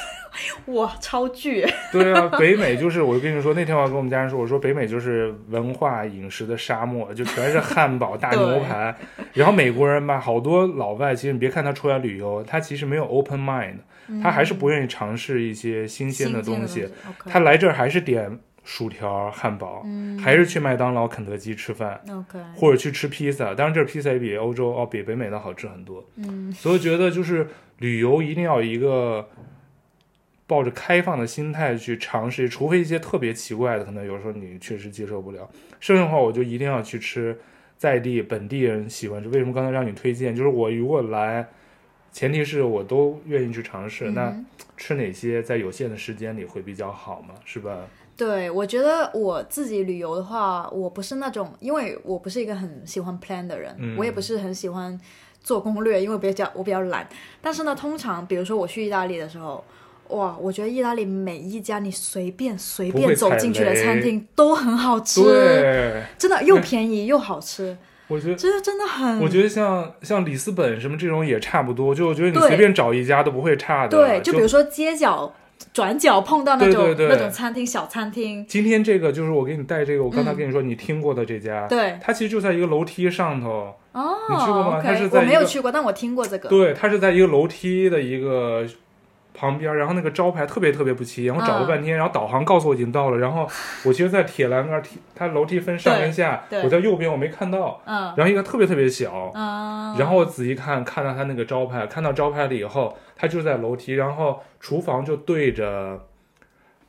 哇，超巨！
对啊， 北美就是我跟你说，那天我还跟我们家人说，我说北美就是文化饮食的沙漠，就全是汉堡、 大牛排。然后美国人吧，好多老外，其实你别看他出来旅游，他其实没有 open mind，他还是不愿意尝试一些新鲜的东西。
新鲜的东西
他来这儿还是点薯条、汉堡，
嗯
还是去麦当劳、肯德基吃饭，
OK，OK，
或者去吃披萨。当然，这儿披萨也比欧洲哦，比北美的好吃很多。
嗯，
所以我觉得就是旅游一定要有一个抱着开放的心态去尝试，除非一些特别奇怪的，可能有时候你确实接受不了。剩下的话，我就一定要去吃在地本地人喜欢吃。为什么刚才让你推荐？就是我如果来，前提是我都愿意去尝试。那
嗯
吃哪些在有限的时间里会比较好嘛？是吧？
对，我觉得我自己旅游的话，我不是那种，因为我不是一个很喜欢 plan 的人，
嗯
我也不是很喜欢做攻略，因为我比较我比较懒。但是呢，通常比如说我去意大利的时候，哇，我觉得意大利每一家你随便随
不会
便走
踩
进去的
雷
餐厅都很好吃，
对，
真的又便宜又好吃，
我觉得。
真的真的很。
我觉得像像里斯本什么这种也差不多，就我觉得你
对
随便找一家都不会差的。
对，就
就
比如说街角转角碰到那种
对对对
那种餐厅小餐厅，
今天这个就是我给你带这个，我刚才
嗯
跟你说你听过的这家，
对
它其实就在一个楼梯上头，
嗯哦
啊你去过吗它是
，OK，
在
我
一
没有
个
去过，但我听过这个。
对，它是在一个楼梯的一个旁边，然后那个招牌特别特别不起眼，我找了
嗯
半天，然后导航告诉我已经到了，然后我其实，在铁栏杆，铁它楼梯分上跟下，
对对
我在右边我没看到，
嗯
然后一个特别特别小，
嗯，
然后我仔细看，看到它那个招牌，看到招牌了以后，它就在楼梯，然后厨房就对着，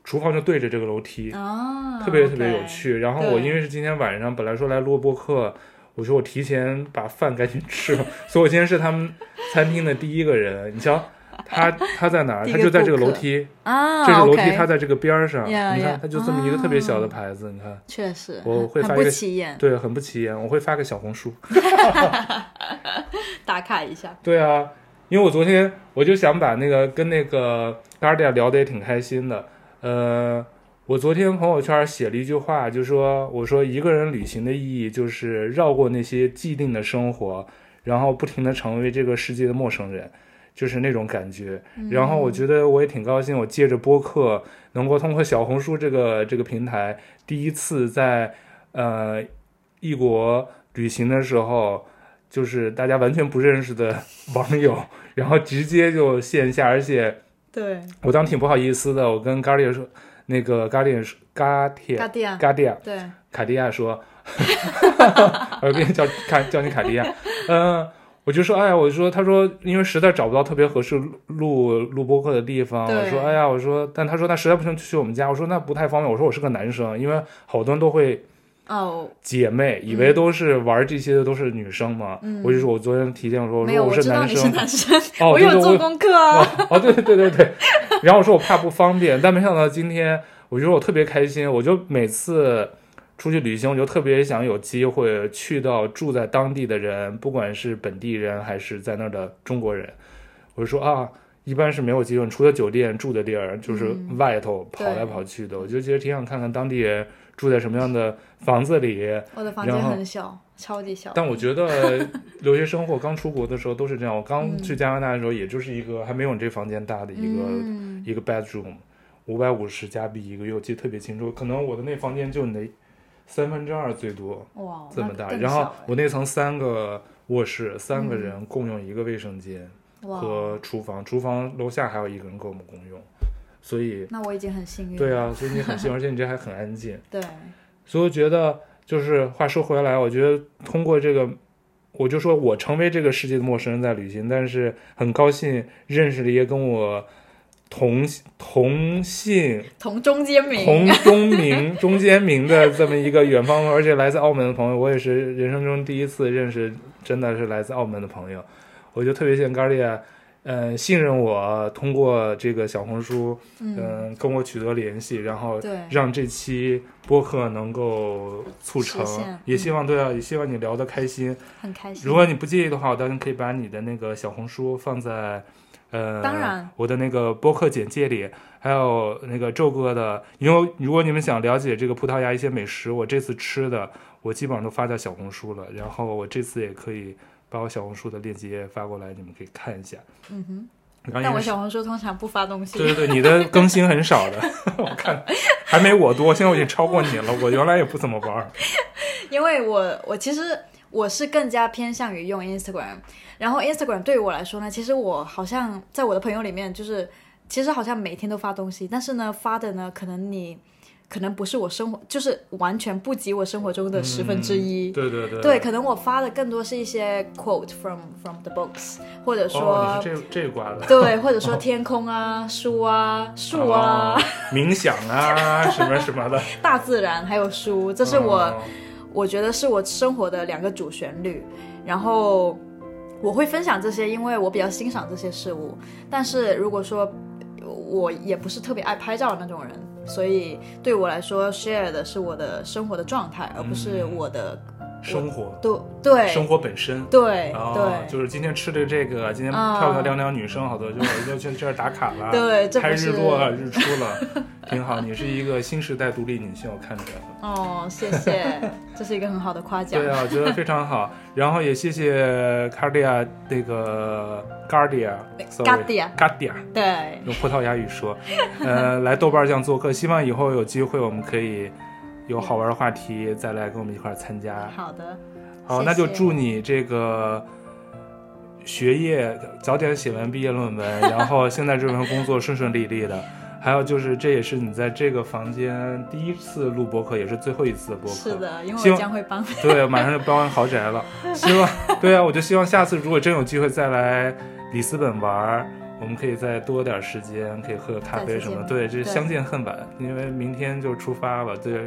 厨房就对着这个楼梯，
啊，
特别特别
OK
有。趣。然后我
对
因为是今天晚上本来说来录播客，我说我提前把饭赶紧吃了， 所以我今天是他们餐厅的第一个人。你瞧，他他在哪 儿？
第一
他
个
就在这个
顾客
楼梯，
啊，
这个楼梯
OK 啊
他在这个边儿上。
Yeah,
你
yeah
看，他就这么一个特别小的牌子，你看，
确实
我
很
会
很
发一
不
个
起眼，
对，很不起眼。我会发个小红书。
打卡一下。
对啊，因为我昨天我就想把那个跟那个 Guardia 聊得也挺开心的。呃，我昨天朋友圈写了一句话，就说我说一个人旅行的意义就是绕过那些既定的生活，然后不停的成为这个世界的陌生人。就是那种感觉，然后我觉得我也挺高兴，我借着播客能够通过小红书这个这个平台，第一次在呃异国旅行的时候，就是大家完全不认识的网友， 然后直接就线下，而且
对，
我当时挺不好意思的，我跟 g a r 说，那个 g a r 说 g a
卡
r
地亚，
g a r
啊对，
卡地亚 说，我跟你叫卡叫你卡地亚，嗯、我就说，哎呀，我说，他说，因为实在找不到特别合适录录播客的地方，
对
我说，哎呀，我说，但他说那实在不行就去我们家，我说那不太方便，我说我是个男生，因为好多人都会
哦，
姐妹，以为都是玩这些的都是女生嘛。
嗯
我就说我昨天提前我说，
没
说
有，
我
我知道
男
你是
生，
男生，
哦，
我
对
有
对，
做
我
功 课啊。
哦哦，对对对对对。然后我说我怕不方便，但没想到今天，我觉得我特别开心。我就每次出去旅行，我就特别想有机会去到住在当地的人，不管是本地人还是在那儿的中国人。我就说啊，一般是没有机会，除了酒店住的地儿，就是外头跑来跑去的。我就觉得挺想看看当地人住在什么样的房子里。
我的房间
然后
很小，超级小。
但我觉得留学生或刚出国的时候都是这样。我刚去加拿大的时候，也就是一个还没有你这房间大的一个、
嗯，
一个 bedroom，五百五十加币一个月，我记得特别清楚。可能我的那房间就你的三分之二最多
哇，
这么
哦那
大。
更
然后
小哎
我那层三个卧室，三个人共用一个卫生间
欸哇，哦
和厨房，厨房楼下还有一个人跟我们共用，所以
那我已经很幸运了。
对啊，所以你很幸运，而且你这还很安静。
对，
所以我觉得，就是话说回来，我觉得通过这个，我就说我成为这个世界的陌生人在旅行，但是很高兴认识了一个跟我同同姓
同中间名，
同中名中间名的这么一个远方，而且来自澳门的朋友，我也是人生中第一次认识，真的是来自澳门的朋友，我就特别谢谢 g a r i a 嗯、信任我，通过这个小红书，
嗯，
嗯、跟我取得联系，然后
对，
让这期播客能够促成
实现，嗯
也希望对啊，也希望你聊得开心。
很开心。
如果你不介意的话，我当然可以把你的那个小红书放在，呃，
当然
我的那个播客简介里，还有那个周哥的，因为如果你们想了解这个葡萄牙一些美食，我这次吃的我基本上都发在小红书了，然后我这次也可以把我小红书的链接发过来，你们可以看一下。
嗯哼，
刚
但
才
我小红书通常不发东西。
对对对，你的更新很少的， 我看还没我多，现在我已经超过你了。我原来也不怎么玩 儿，
因为我我其实我是更加偏向于用 Instagram，然后 Instagram 对于我来说呢，其实我好像在我的朋友里面，就是其实好像每天都发东西，但是呢发的呢，可能你可能不是我生活，就是完全不及我生活中的十分之一。
嗯对对对
对，可能我发的更多是一些 quote from from the books，或者说、
哦，你是这这挂的，
对，或者说天空啊、书啊、树啊、
哦，冥想啊，什么什么的，
大自然还有书，这是我、
哦
我觉得是我生活的两个主旋律。然后我会分享这些，因为我比较欣赏这些事物。但是如果说我也不是特别爱拍照的那种人，所以对我来说，share 的是我的生活的状态，而不是我的
生活，
对对
生活本身。
对
哦，
对
就是今天吃的这个，今天
啊
漂漂亮亮女生好多，就我就去这儿打卡 了，
对这不
哦拍日
是
落了日出 了，挺好。你是一个新时代独立女性，我看出来了。
哦，谢谢，这是一个很好的夸奖
对。啊，我觉得非常好。然后也谢谢 Cardia 那个 Guardia，sorry，Guardia
Guardia。对，
用葡萄牙语说，呃， 来豆瓣酱做客，希望以后有机会我们可以有好玩的话题再来跟我们一块儿参加。
好的，
好，
谢
那就
谢
祝你这个学业早点写完毕业论文，然后现在这份工作顺顺利利的。还有就是，这也是你在这个房间第一次录播客，也是最后一次播客。
是的，因
希
为我
望
将会帮
对，马上就搬完豪宅 了。希望，对啊，我就希望下次如果真有机会再来里斯本玩儿，我们可以再多点儿时间，可以喝个咖啡什么。
再
对，这
对
相见恨晚，因为明天就出发了。对，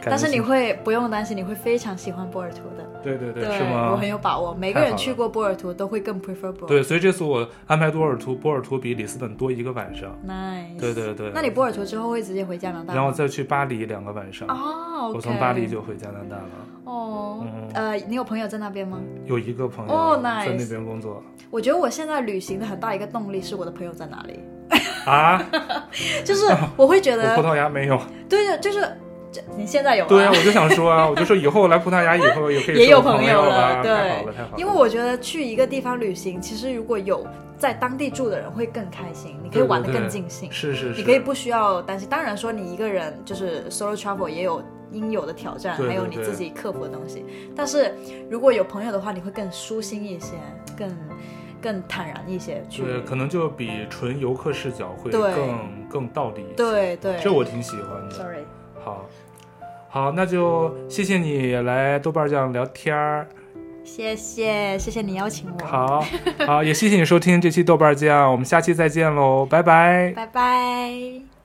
感
但是
觉
你会不用担心，你会非常喜欢波尔图的。
对对对，
对
是
我
吗
很？有把握，每
太
个
好
人
了
去过波尔图都会更 prefer 波尔
对，所以这次我安排波尔图，波尔图比里斯本多一个晚上。
图。Nice。
对对对
嗯那你波尔图之后会直接回加拿大吗？
然后再去巴黎两个晚上，
哦，OK，
我从巴黎就回加拿大了。
哦
嗯，
呃，你有朋友在那边吗？
有一个朋
哦
友在那
，nice
边工作、
我觉得我现在旅行的很大一个动力是我的朋友在哪里，
啊，
就是我会觉
我葡
得，
萄牙没有。
对对，就是这你现在有吗？
对啊，我就想说 啊，我就说以后来葡萄牙以后也可以
也
是
有
我朋
朋友
了，
了
太好
对
了，太好了。
因为我觉得去一个地方旅行，其实如果有在当地住的人会更开心，你可以玩得
对对
更
对
尽兴。
是是是，
你可以不需要担心。当然说你一个人就是 solo travel 也有应有的挑战，
对对
还有你
对
自己克服的东西。但是如果有朋友的话，你会更舒心一些，更更坦然一些去。
对，可能就比纯游客视角会
对
更更道理一些。，
对对
这我挺喜欢的。
sorry，
好，好，那就谢谢你来豆瓣酱聊天儿。
谢谢谢谢你邀请我，，
好，好，也谢谢你收听这期豆瓣酱，我们下期再见喽，拜拜。
拜拜。